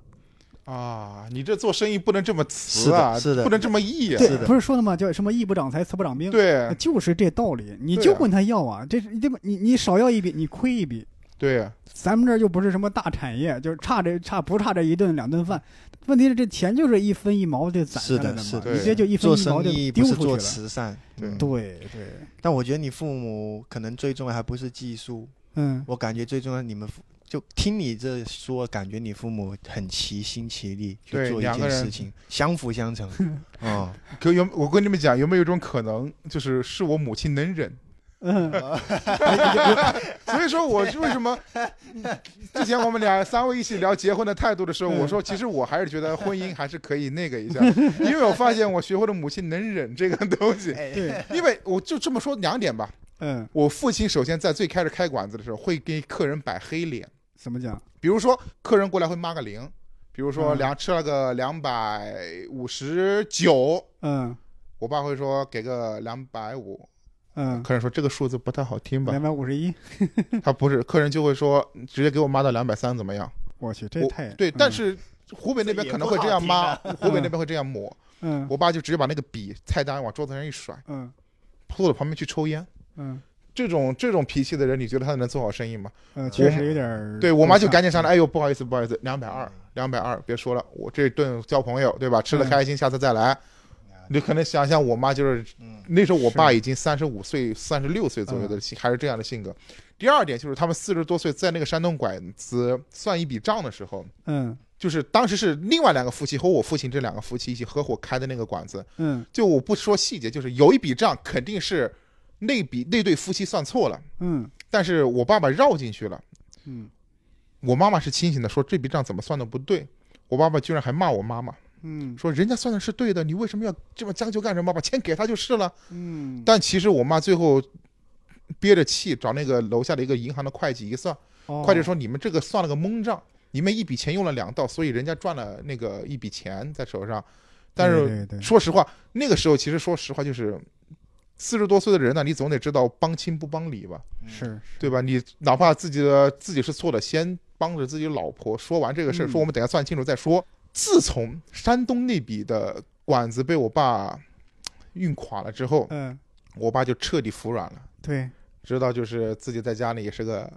[SPEAKER 2] 啊，你这做生意不能这么慈啊，
[SPEAKER 1] 是的是的
[SPEAKER 2] 不能这么义啊，
[SPEAKER 1] 是的
[SPEAKER 4] 不是说的嘛，叫什么艺不长财，词不长兵，
[SPEAKER 2] 对
[SPEAKER 4] 就是这道理。你
[SPEAKER 2] 对
[SPEAKER 4] 就
[SPEAKER 2] 啊
[SPEAKER 4] 问他要啊，这是对吧？你你少要一笔，你亏一笔。
[SPEAKER 2] 对
[SPEAKER 4] 咱们这儿又不是什么大产业，就是差这差不差这一顿两顿饭。问题是这钱就是一分一毛就攒下
[SPEAKER 1] 是
[SPEAKER 4] 来
[SPEAKER 1] 的
[SPEAKER 4] 嘛，
[SPEAKER 1] 是
[SPEAKER 2] 的
[SPEAKER 4] 你
[SPEAKER 2] 对
[SPEAKER 4] 这就一分
[SPEAKER 1] 做
[SPEAKER 4] 一毛
[SPEAKER 1] 生
[SPEAKER 4] 就
[SPEAKER 1] 意
[SPEAKER 4] 丢
[SPEAKER 1] 不是
[SPEAKER 4] 出去
[SPEAKER 1] 做
[SPEAKER 4] 了。
[SPEAKER 1] 慈善，
[SPEAKER 2] 对
[SPEAKER 1] 嗯
[SPEAKER 4] 对对，
[SPEAKER 1] 但我觉得你父母可能最重要还不是技术，
[SPEAKER 4] 嗯，
[SPEAKER 1] 我感觉最重要你们父就听你这说，感觉你父母很齐心齐力去
[SPEAKER 2] 对
[SPEAKER 1] 做一
[SPEAKER 2] 两个
[SPEAKER 1] 件
[SPEAKER 2] 人
[SPEAKER 1] 事情，相辅相 成。啊，
[SPEAKER 2] 可有我跟你们讲，有没有一种可能，就是是我母亲能忍？啊
[SPEAKER 4] 嗯，
[SPEAKER 2] 所以说我是为什么之前我们俩三位一起聊结婚的态度的时候，
[SPEAKER 4] 嗯
[SPEAKER 2] 我说其实我还是觉得婚姻还是可以那个一下，因为我发现我学会了母亲能忍这个东西。
[SPEAKER 4] 对，
[SPEAKER 2] 因为我就这么说两点吧，
[SPEAKER 4] 嗯，
[SPEAKER 2] 我父亲首先在最开始开馆子的时候会给客人摆黑脸，
[SPEAKER 4] 怎么讲？
[SPEAKER 2] 比如说客人过来会骂个零，比如说
[SPEAKER 4] 嗯
[SPEAKER 2] 两吃了个两百五十九，
[SPEAKER 4] 嗯
[SPEAKER 2] 我爸会说给个两百五，
[SPEAKER 4] 嗯，
[SPEAKER 2] 客人说这个数字不太好听吧
[SPEAKER 4] 两，百五十一，
[SPEAKER 2] 他不是，客人就会说直接给我妈到两百三怎么样？
[SPEAKER 4] 我去，这
[SPEAKER 2] 我
[SPEAKER 4] 太
[SPEAKER 2] 对，但
[SPEAKER 4] 嗯
[SPEAKER 2] 是湖北那边
[SPEAKER 1] 这也
[SPEAKER 2] 可能
[SPEAKER 1] 不
[SPEAKER 2] 会这
[SPEAKER 1] 好
[SPEAKER 2] 样
[SPEAKER 1] 听
[SPEAKER 2] 抹，
[SPEAKER 1] 啊
[SPEAKER 2] 湖北那边会这样抹。
[SPEAKER 4] 嗯
[SPEAKER 2] 我爸就直接把那个笔菜单往桌子上一甩，
[SPEAKER 4] 嗯
[SPEAKER 2] 坐到旁边去抽烟。
[SPEAKER 4] 嗯
[SPEAKER 2] 这种这种脾气的人，你觉得他能做好生意吗？
[SPEAKER 4] 呃，确实有点儿
[SPEAKER 2] 对我妈就赶
[SPEAKER 4] 紧
[SPEAKER 2] 紧上来，哎呦，不好意思，不好意思，两百二，两百二，别说了，我这顿交朋友，对吧？吃的
[SPEAKER 4] 嗯
[SPEAKER 2] 开心，下次再来。你就可能想想，我妈就是
[SPEAKER 1] 嗯
[SPEAKER 2] 那时候我
[SPEAKER 4] 是
[SPEAKER 2] 爸已经三十五岁、三十六岁左右的性，还是这样的性格。第二点就是他们四十多岁在那个山东馆子算一笔账的时候，
[SPEAKER 4] 嗯
[SPEAKER 2] 就是当时是另外两个夫妻和我父亲这两个夫妻一起合伙开的那个馆子，
[SPEAKER 4] 嗯
[SPEAKER 2] 就我不说细节，就是有一笔账肯定是那笔那对夫妻算错了，
[SPEAKER 4] 嗯
[SPEAKER 2] 但是我爸爸绕进去了，
[SPEAKER 4] 嗯
[SPEAKER 2] 我妈妈是清醒的，说这笔账怎么算的不对，我爸爸居然还骂我妈妈，
[SPEAKER 4] 嗯
[SPEAKER 2] 说人家算的是对的，你为什么要这么将就干什么？把钱给他就是了。
[SPEAKER 4] 嗯，
[SPEAKER 2] 但其实我妈最后憋着气找那个楼下的一个银行的会计一算，
[SPEAKER 4] 哦
[SPEAKER 2] 会计说你们这个算了个蒙账，你们一笔钱用了两道，所以人家赚了那个一笔钱在手上。但是
[SPEAKER 4] 对对对
[SPEAKER 2] 说实话，那个时候其实说实话就是四十多岁的人呢，你总得知道帮亲不帮理吧，
[SPEAKER 4] 是
[SPEAKER 2] 对吧？你哪怕自己的自己是错的，先帮着自己老婆说完这个事儿，
[SPEAKER 4] 嗯
[SPEAKER 2] 说我们等下算清楚再说。自从山东那笔的管子被我爸运垮了之后，
[SPEAKER 4] 嗯、
[SPEAKER 2] 我爸就彻底服软了。
[SPEAKER 4] 对，
[SPEAKER 2] 知道就是自己在家里也是个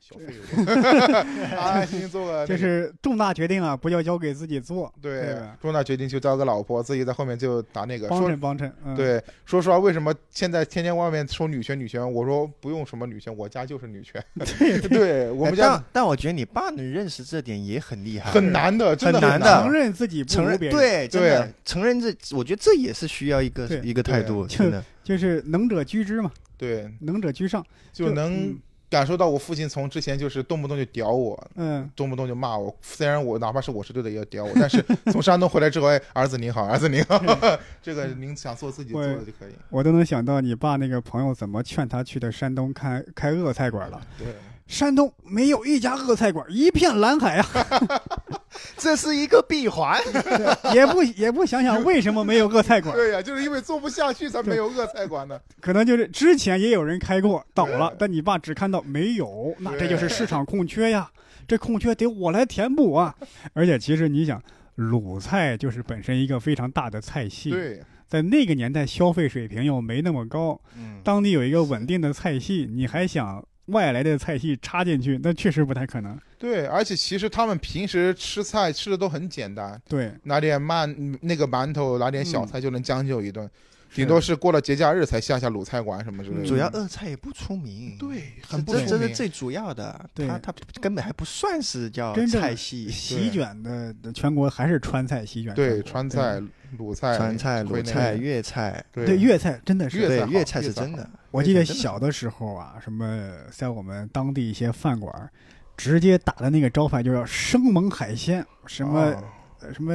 [SPEAKER 2] 小废物， 安心做个那个
[SPEAKER 4] 就是重大决定啊，不要交给自己做，对
[SPEAKER 2] 对
[SPEAKER 4] 吧
[SPEAKER 2] 重大决定就交给老婆，自己在后面就打那个
[SPEAKER 4] 帮
[SPEAKER 2] 说
[SPEAKER 4] 衬帮衬。嗯，
[SPEAKER 2] 对，说实话，为什么现在天天外面说女权女权？我说不用什么女权，我家就是女权。 对，我
[SPEAKER 1] 哎
[SPEAKER 2] 们家
[SPEAKER 1] 但但我觉得你爸能认识这点也很厉害，
[SPEAKER 2] 哎很难的，真的
[SPEAKER 1] 很
[SPEAKER 2] 难
[SPEAKER 1] 难的
[SPEAKER 4] 承认自己不
[SPEAKER 1] 承
[SPEAKER 4] 如
[SPEAKER 1] 认
[SPEAKER 4] 别人，，
[SPEAKER 1] 对，真的
[SPEAKER 2] 对啊
[SPEAKER 1] 承认这，我觉得这也是需要一个
[SPEAKER 4] 对
[SPEAKER 1] 一个态度，
[SPEAKER 2] 啊
[SPEAKER 4] 对
[SPEAKER 1] 真的。
[SPEAKER 4] 就是能者居之嘛，
[SPEAKER 2] 对，
[SPEAKER 4] 能者居上。
[SPEAKER 2] 就能
[SPEAKER 4] 嗯
[SPEAKER 2] 感受到我父亲从之前就是动不动就屌我。
[SPEAKER 4] 嗯，
[SPEAKER 2] 动不动就骂我，虽然我哪怕是我是对的也要屌我，但是从山东回来之后，哎，儿子您好，儿子您好， 这个您想做自己做
[SPEAKER 4] 我
[SPEAKER 2] 的就可以。
[SPEAKER 4] 我都能想到你爸那个朋友怎么劝他去的山东开开鄂菜馆了。
[SPEAKER 2] 对，
[SPEAKER 4] 山东没有一家鄂菜馆，一片蓝海啊！
[SPEAKER 1] 这是一个闭环，
[SPEAKER 4] 也不也不想想为什么没有鄂菜 馆，
[SPEAKER 2] 对呀、就是因为做不下去才没有鄂菜馆呢。
[SPEAKER 4] 可能就是之前也有人开过倒了
[SPEAKER 2] 对，
[SPEAKER 4] 但你爸只看到没有，那
[SPEAKER 2] 对
[SPEAKER 4] 这就是市场空缺呀，这空缺得我来填补啊！而且其实你想，鲁菜就是本身一个非常大的菜系，
[SPEAKER 2] 对，
[SPEAKER 4] 在那个年代消费水平又没那么高，
[SPEAKER 1] 嗯，
[SPEAKER 4] 当地有一个稳定的菜系，你还想外来的菜系插进去，那确实不太可能。
[SPEAKER 2] 对，而且其实他们平时吃菜吃的都很简单，
[SPEAKER 4] 对，
[SPEAKER 2] 拿点馒嗯那个馒头，拿点小
[SPEAKER 4] 嗯
[SPEAKER 2] 菜就能将就一顿，顶多是过了节假日才下下鲁菜馆什么之类的。
[SPEAKER 1] 主要鄂菜也不出名，
[SPEAKER 2] 对，
[SPEAKER 1] 这，
[SPEAKER 2] 很不
[SPEAKER 1] 这
[SPEAKER 2] 出
[SPEAKER 1] 这是
[SPEAKER 2] 名
[SPEAKER 1] 最主要的，
[SPEAKER 4] 对
[SPEAKER 1] 他他根本还不算是叫
[SPEAKER 4] 真正
[SPEAKER 1] 菜系，
[SPEAKER 4] 席卷的全国还是川菜席卷全国，
[SPEAKER 2] 对，川菜、鲁菜、
[SPEAKER 1] 嗯川菜、鲁
[SPEAKER 2] 徽那
[SPEAKER 1] 菜、
[SPEAKER 2] 个
[SPEAKER 1] 粤菜，
[SPEAKER 2] 对
[SPEAKER 4] 对粤菜真的是
[SPEAKER 2] 粤菜
[SPEAKER 1] 对
[SPEAKER 2] 好
[SPEAKER 1] 粤菜是
[SPEAKER 2] 粤菜
[SPEAKER 1] 真的
[SPEAKER 2] 好。
[SPEAKER 4] 我记得
[SPEAKER 1] 粤菜真的
[SPEAKER 4] 小的时候啊，什么在我们当地一些饭馆儿，直接打的那个招牌就叫生猛海鲜，什么、
[SPEAKER 2] 啊
[SPEAKER 4] 呃什么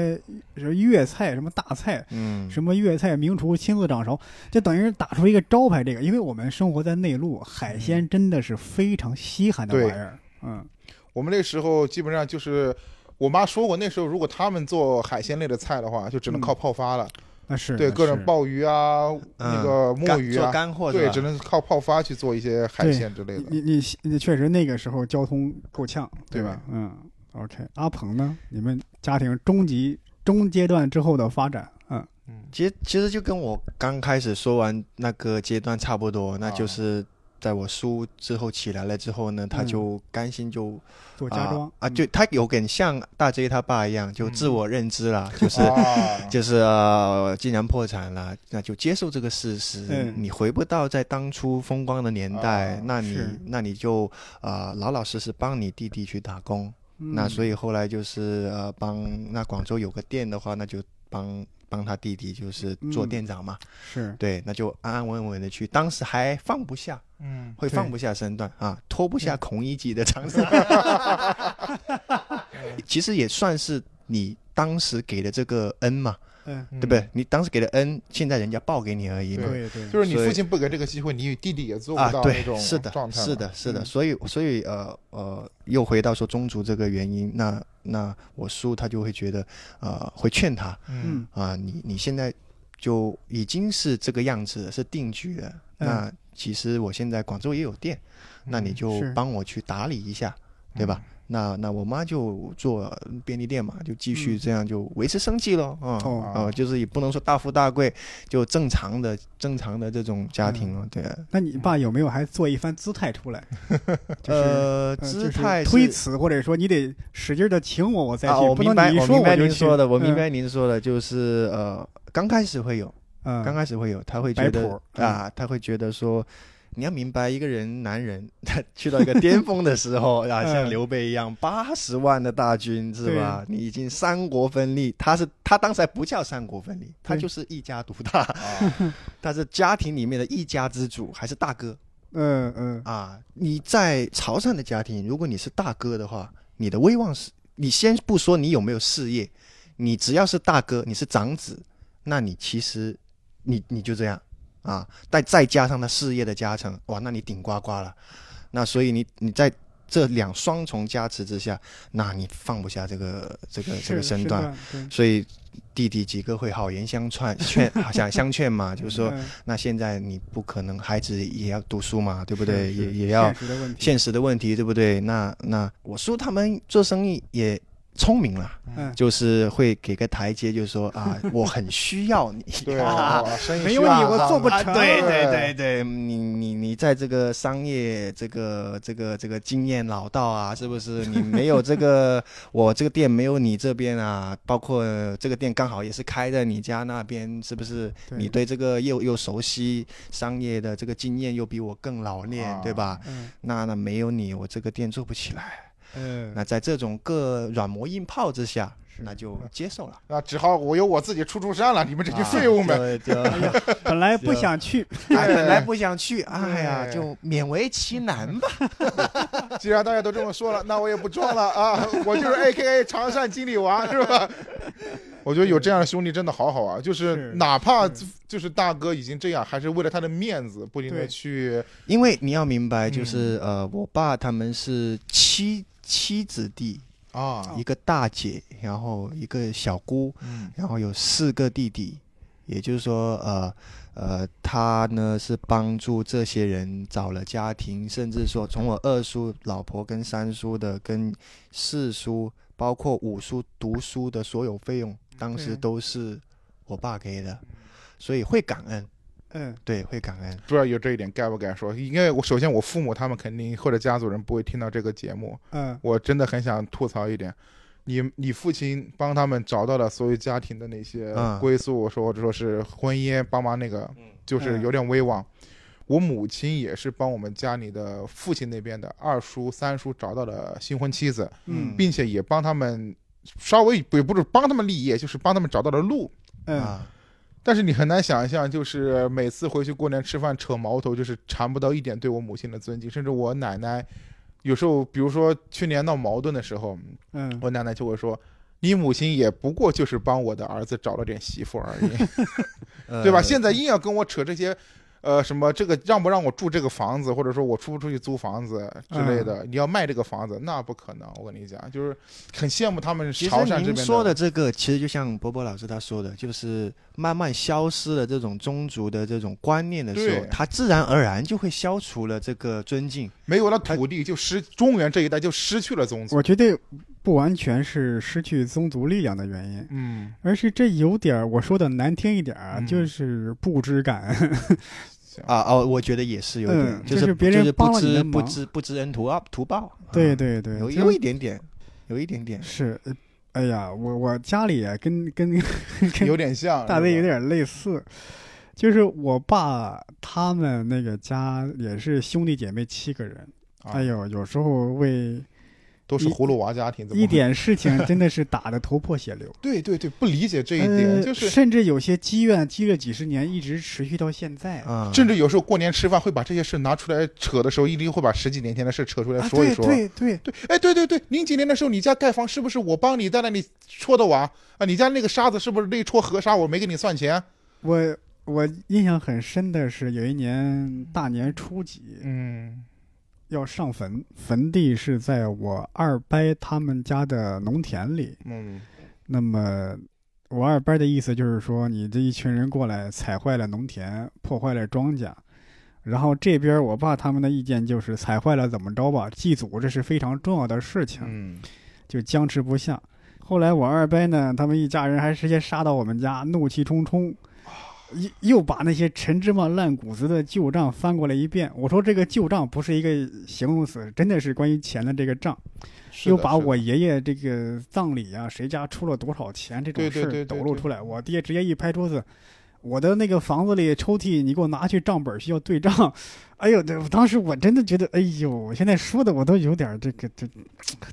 [SPEAKER 4] 什么粤菜，什么大菜，
[SPEAKER 1] 嗯，
[SPEAKER 4] 什么粤菜名厨亲自掌勺，就等于是打出一个招牌。这个，因为我们生活在内陆，海鲜真的是非常稀罕的
[SPEAKER 2] 嗯对
[SPEAKER 4] 玩意儿。嗯，
[SPEAKER 2] 我们那时候基本上就是。我妈说过，那时候如果他们做海鲜类的菜的话，就只
[SPEAKER 1] 嗯
[SPEAKER 2] 能靠泡发了。
[SPEAKER 4] 那是
[SPEAKER 2] 对，
[SPEAKER 4] 那
[SPEAKER 2] 各
[SPEAKER 4] 是
[SPEAKER 2] 种鲍鱼啊，那个墨
[SPEAKER 1] 干
[SPEAKER 2] 鱼
[SPEAKER 1] 做
[SPEAKER 2] 啊，
[SPEAKER 1] 干货是
[SPEAKER 2] 对，
[SPEAKER 1] 吧
[SPEAKER 2] 只能靠泡发去做一些海
[SPEAKER 4] 对
[SPEAKER 2] 鲜之类的。
[SPEAKER 4] 你你你确实那个时候交通够呛，对
[SPEAKER 2] 对
[SPEAKER 4] 吧？嗯，OK。阿鹏呢？你们家庭中级中阶段之后的发展，嗯，
[SPEAKER 1] 其实其实就跟我刚开始说完那个阶段差不多，那
[SPEAKER 2] 啊
[SPEAKER 1] 就是在我叔之后起来了之后呢，他
[SPEAKER 4] 嗯
[SPEAKER 1] 就甘心就
[SPEAKER 4] 做家装嗯
[SPEAKER 1] 啊啊，
[SPEAKER 2] 嗯
[SPEAKER 1] 就他有点像大 J 他爸一样，就自我认知了，就是。
[SPEAKER 2] 啊，
[SPEAKER 1] 就是、呃、既然破产了，那就接受这个事实。
[SPEAKER 4] 嗯
[SPEAKER 1] 你回不到在当初风光的年代，
[SPEAKER 2] 啊
[SPEAKER 1] 那你
[SPEAKER 4] 是
[SPEAKER 1] 那你就呃老老实实帮你弟弟去打工。
[SPEAKER 4] 嗯
[SPEAKER 1] 那所以后来就是呃帮那广州有个店的话，那就帮帮他弟弟就是做
[SPEAKER 4] 嗯
[SPEAKER 1] 店长嘛。
[SPEAKER 4] 是
[SPEAKER 1] 对，那就安安稳稳的去。当时还放不下，
[SPEAKER 2] 嗯，
[SPEAKER 1] 会
[SPEAKER 4] 对
[SPEAKER 1] 放不下身段啊，脱不下孔乙己的长 衫。其实也算是你当时给的这个恩嘛，
[SPEAKER 4] 嗯，
[SPEAKER 2] 对
[SPEAKER 1] 对不对？？你当时给的恩，现在人家报给你而已嘛。
[SPEAKER 4] 对对，
[SPEAKER 2] 嗯就是你
[SPEAKER 1] 所以
[SPEAKER 2] 父亲不给这个机会，你与弟弟也做
[SPEAKER 1] 啊
[SPEAKER 2] 不到，那
[SPEAKER 1] 对
[SPEAKER 2] 种，
[SPEAKER 1] 是的
[SPEAKER 2] 状，态了。
[SPEAKER 1] 是的，是的，
[SPEAKER 4] 嗯
[SPEAKER 1] 所以，所以，呃，呃，又回到说宗族这个原因，那那我叔他就会觉得，呃，会劝他
[SPEAKER 2] 嗯
[SPEAKER 4] 嗯，
[SPEAKER 1] 啊、你你现在就已经是这个样子了，是定居了。
[SPEAKER 4] 嗯
[SPEAKER 1] 那其实我现在广州也有店，那
[SPEAKER 2] 嗯
[SPEAKER 1] 你就是帮我去打理一下，对吧？那那我妈就做便利店嘛，就继续
[SPEAKER 4] 嗯
[SPEAKER 1] 这样就维持生计咯。啊、
[SPEAKER 4] 哦
[SPEAKER 1] 啊、就是也不能说大富大贵，就正常的正常的这种家庭了，对。啊
[SPEAKER 4] 那你爸有没有还做一番姿态 出来？就是
[SPEAKER 1] 呃，
[SPEAKER 4] 呃
[SPEAKER 1] 姿
[SPEAKER 4] 就是
[SPEAKER 1] 态
[SPEAKER 4] 推
[SPEAKER 1] 是
[SPEAKER 4] 辞，或者说你得使劲的请我，我再
[SPEAKER 1] 啊，
[SPEAKER 4] 去，
[SPEAKER 1] 我
[SPEAKER 4] 不
[SPEAKER 1] 明
[SPEAKER 4] 能
[SPEAKER 1] 白，
[SPEAKER 4] 你一
[SPEAKER 1] 我
[SPEAKER 4] 说
[SPEAKER 1] 明白
[SPEAKER 4] 就
[SPEAKER 1] 您
[SPEAKER 4] 去
[SPEAKER 1] 说的，我明
[SPEAKER 4] 嗯
[SPEAKER 1] 白您说的，就是呃，刚开始会有，
[SPEAKER 4] 嗯，
[SPEAKER 1] 刚开始会有，他会
[SPEAKER 4] 摆
[SPEAKER 1] 觉得
[SPEAKER 4] 谱嗯
[SPEAKER 1] 啊，他会觉得说，你要明白，一个人男人他去到一个巅峰的时候啊，像
[SPEAKER 4] 嗯
[SPEAKER 1] 刘备一样，八十万的大军是吧？你已经三国分立，他是他当时还不叫三国分立，他
[SPEAKER 4] 对哦
[SPEAKER 1] 就是一家独大，
[SPEAKER 2] 啊，
[SPEAKER 1] 他是家庭里面的一家之主，还是大哥
[SPEAKER 4] 嗯嗯
[SPEAKER 1] 啊？你在潮汕的家庭，如果你是大哥的话，你的威望是，你先不说你有没有事业，你只要是大哥，你是长子，那你其实你你就这样啊，再再加上他事业的加成，哇，那你顶呱呱了。那所以你你在这两双重加持之下，那你放不下这个这个这个
[SPEAKER 4] 是
[SPEAKER 1] 身
[SPEAKER 4] 是
[SPEAKER 1] 段，
[SPEAKER 4] 的对
[SPEAKER 1] 所以弟弟几个会好言相劝，劝想相劝嘛，就是说，
[SPEAKER 4] 嗯
[SPEAKER 1] 那现在你不可能，孩子也要读书嘛，对不对？
[SPEAKER 4] 是是
[SPEAKER 1] 也也要
[SPEAKER 4] 现实的问题，
[SPEAKER 1] 现实的问题，对不对？那那我叔他们做生意也聪明了，
[SPEAKER 4] 嗯，
[SPEAKER 1] 就是会给个台阶，就是说啊，我很需要你，
[SPEAKER 2] 对啊，哇生意
[SPEAKER 4] 没
[SPEAKER 2] 需
[SPEAKER 4] 有你
[SPEAKER 2] 要
[SPEAKER 4] 我做不
[SPEAKER 1] 啊，
[SPEAKER 4] 成
[SPEAKER 1] 对对对对，你你你在这个商业这个这个这个经验老道啊，是不是？你没有这个，我这个店没有你这边啊，包括这个店刚好也是开在你家那边，是不是？
[SPEAKER 4] 对
[SPEAKER 1] 你对这个又又熟悉，商业的这个经验又比我更老练，
[SPEAKER 2] 啊
[SPEAKER 1] 对吧？
[SPEAKER 4] 嗯
[SPEAKER 1] 那那没有你，我这个店做不起来。
[SPEAKER 4] 呃，
[SPEAKER 1] 那在这种各软磨硬泡之下，
[SPEAKER 4] 是
[SPEAKER 1] 那 就接受了。
[SPEAKER 2] 啊，只好我有我自己出出山了，你们这
[SPEAKER 1] 啊
[SPEAKER 2] 些废物们，
[SPEAKER 1] 们， 就就
[SPEAKER 4] 本来不想去，
[SPEAKER 1] 哎，本来不想去，哎呀，
[SPEAKER 2] 对
[SPEAKER 1] 就勉为其难吧。
[SPEAKER 2] 既然大家都这么说了，那我也不装了啊，我就是 A K A 长善经理王，是吧？ 我觉得有这样的兄弟真的好好啊，就是
[SPEAKER 4] 是
[SPEAKER 2] 哪怕
[SPEAKER 4] 是
[SPEAKER 2] 就是大哥已经这样，还是为了他的面子，不停的
[SPEAKER 4] 对
[SPEAKER 2] 去
[SPEAKER 1] 因为你要明白，
[SPEAKER 2] 嗯
[SPEAKER 1] 就是呃，我爸他们是七七子弟，
[SPEAKER 2] 啊，
[SPEAKER 1] 一个大姐，然后一个小姑，
[SPEAKER 2] 嗯
[SPEAKER 1] 然后有四个弟弟。也就是说，呃，呃，他呢是帮助这些人找了家庭，甚至说从我二叔、老婆跟三叔的、跟四叔，包括五叔读书的所有费用，当时
[SPEAKER 4] 对
[SPEAKER 1] 都是我爸给的，所以会感恩，
[SPEAKER 4] 嗯，
[SPEAKER 1] 对，会感恩。
[SPEAKER 2] 不知道有这一点该不该说，因为我首先我父母他们肯定或者家族人不会听到这个节目，
[SPEAKER 4] 嗯，
[SPEAKER 2] 我真的很想吐槽一点，你你父亲帮他们找到了所有家庭的那些
[SPEAKER 1] 嗯
[SPEAKER 2] 归宿，说或者说是婚姻，帮忙那个就是有点威望。我母亲也是帮我们家里的父亲那边的二叔、三叔找到了新婚妻子，
[SPEAKER 4] 嗯
[SPEAKER 2] 并且也帮他们稍微也不是帮他们立业，就是帮他们找到了路。
[SPEAKER 4] 嗯，
[SPEAKER 1] 啊，
[SPEAKER 2] 但是你很难想象，就是每次回去过年吃饭扯毛头，就是缠不到一点对我母亲的尊敬，甚至我奶奶，有时候比如说去年闹矛盾的时候，
[SPEAKER 4] 嗯，
[SPEAKER 2] 我奶奶就会说：“你母亲也不过就是帮我的儿子找了点媳妇 而已，对吧？”
[SPEAKER 1] 呃
[SPEAKER 2] 现在硬要跟我扯这些，呃，什么这个让不让我住这个房子，或者说我出不出去租房子之类
[SPEAKER 4] 嗯
[SPEAKER 2] 的，你要卖这个房子，那不可能。我跟你讲，就是很羡慕他们
[SPEAKER 1] 其实
[SPEAKER 2] 潮汕这
[SPEAKER 1] 您
[SPEAKER 2] 边
[SPEAKER 1] 说的这个，其实就像波波老师他说的，就是慢慢消失了这种宗族的这种观念的时候
[SPEAKER 2] 对，
[SPEAKER 1] 他自然而然就会消除了这个尊敬。
[SPEAKER 2] 没有了土地，就失中原这一带就失去了宗族。
[SPEAKER 4] 我觉得不完全是失去宗族力量的原因，
[SPEAKER 2] 嗯，
[SPEAKER 4] 而是这有点儿我说的难听一点儿啊，
[SPEAKER 2] 嗯
[SPEAKER 4] 就是不知感。
[SPEAKER 1] 啊哦，我觉得也是有点，
[SPEAKER 4] 嗯
[SPEAKER 1] 就
[SPEAKER 4] 就是是别人
[SPEAKER 1] 就是
[SPEAKER 4] 帮
[SPEAKER 1] 不
[SPEAKER 4] 了你
[SPEAKER 1] 知
[SPEAKER 4] 的
[SPEAKER 1] 不
[SPEAKER 4] 忙
[SPEAKER 1] 知不知恩图报图报。啊
[SPEAKER 4] 对，对对，
[SPEAKER 1] 有
[SPEAKER 4] 就
[SPEAKER 1] 有一点点，有一点点。
[SPEAKER 4] 是，呃哎呀，我我家里啊跟跟跟
[SPEAKER 2] 有点像
[SPEAKER 4] 大卫有
[SPEAKER 2] 是吧
[SPEAKER 4] 点类似，就是我爸他们那个家也是兄弟姐妹七个人，
[SPEAKER 2] 啊
[SPEAKER 4] 哎呦，有时候为
[SPEAKER 2] 都是葫芦娃家庭，怎么。
[SPEAKER 4] 一点事情真的是打得头破血流
[SPEAKER 2] 对对对，不理解这一
[SPEAKER 4] 呃
[SPEAKER 2] 点，就是
[SPEAKER 4] 甚至有些积怨积了几十年，一直持续到现在。
[SPEAKER 1] 啊，
[SPEAKER 2] 甚至有时候过年吃饭会把这些事拿出来扯的时候，一定会把十几年前的事扯出来
[SPEAKER 4] 啊，
[SPEAKER 2] 说一
[SPEAKER 4] 对
[SPEAKER 2] 说。
[SPEAKER 4] 对对，
[SPEAKER 2] 对哎，对对对，零几年的时候你家盖房是不是我帮你在那里戳的瓦啊？你家那个沙子是不是那一戳河沙我没给你算钱？
[SPEAKER 4] 我我印象很深的是，有一年大年初几
[SPEAKER 2] 嗯，
[SPEAKER 4] 要上坟，坟地是在我二伯他们家的农田里。
[SPEAKER 2] 嗯，
[SPEAKER 4] 那么我二伯的意思就是说，你这一群人过来踩坏了农田，破坏了庄稼。然后这边我爸他们的意见就是踩坏了怎么着吧，祭祖这是非常重要的事情。
[SPEAKER 2] 嗯，
[SPEAKER 4] 就僵持不下。后来我二伯呢，他们一家人还直接杀到我们家，怒气冲冲，
[SPEAKER 2] 啊
[SPEAKER 4] 又又把那些陈芝麻烂谷子的旧账翻过来一遍。我说这个旧账不是一个形容词，真的是关于钱的这个账，
[SPEAKER 2] 是
[SPEAKER 4] 又
[SPEAKER 2] 的
[SPEAKER 4] 把
[SPEAKER 2] 是的
[SPEAKER 4] 我爷爷这个葬礼啊，谁家出了多少钱这种
[SPEAKER 2] 对对
[SPEAKER 4] 事
[SPEAKER 2] 对对
[SPEAKER 4] 儿抖露
[SPEAKER 2] 对
[SPEAKER 4] 出来。我爹直接一拍桌子。我的那个房子里抽屉，你给我拿去账本，需要对账。 哎呦，这当时我真的觉得，哎呦，我现在说的我都有点儿这个这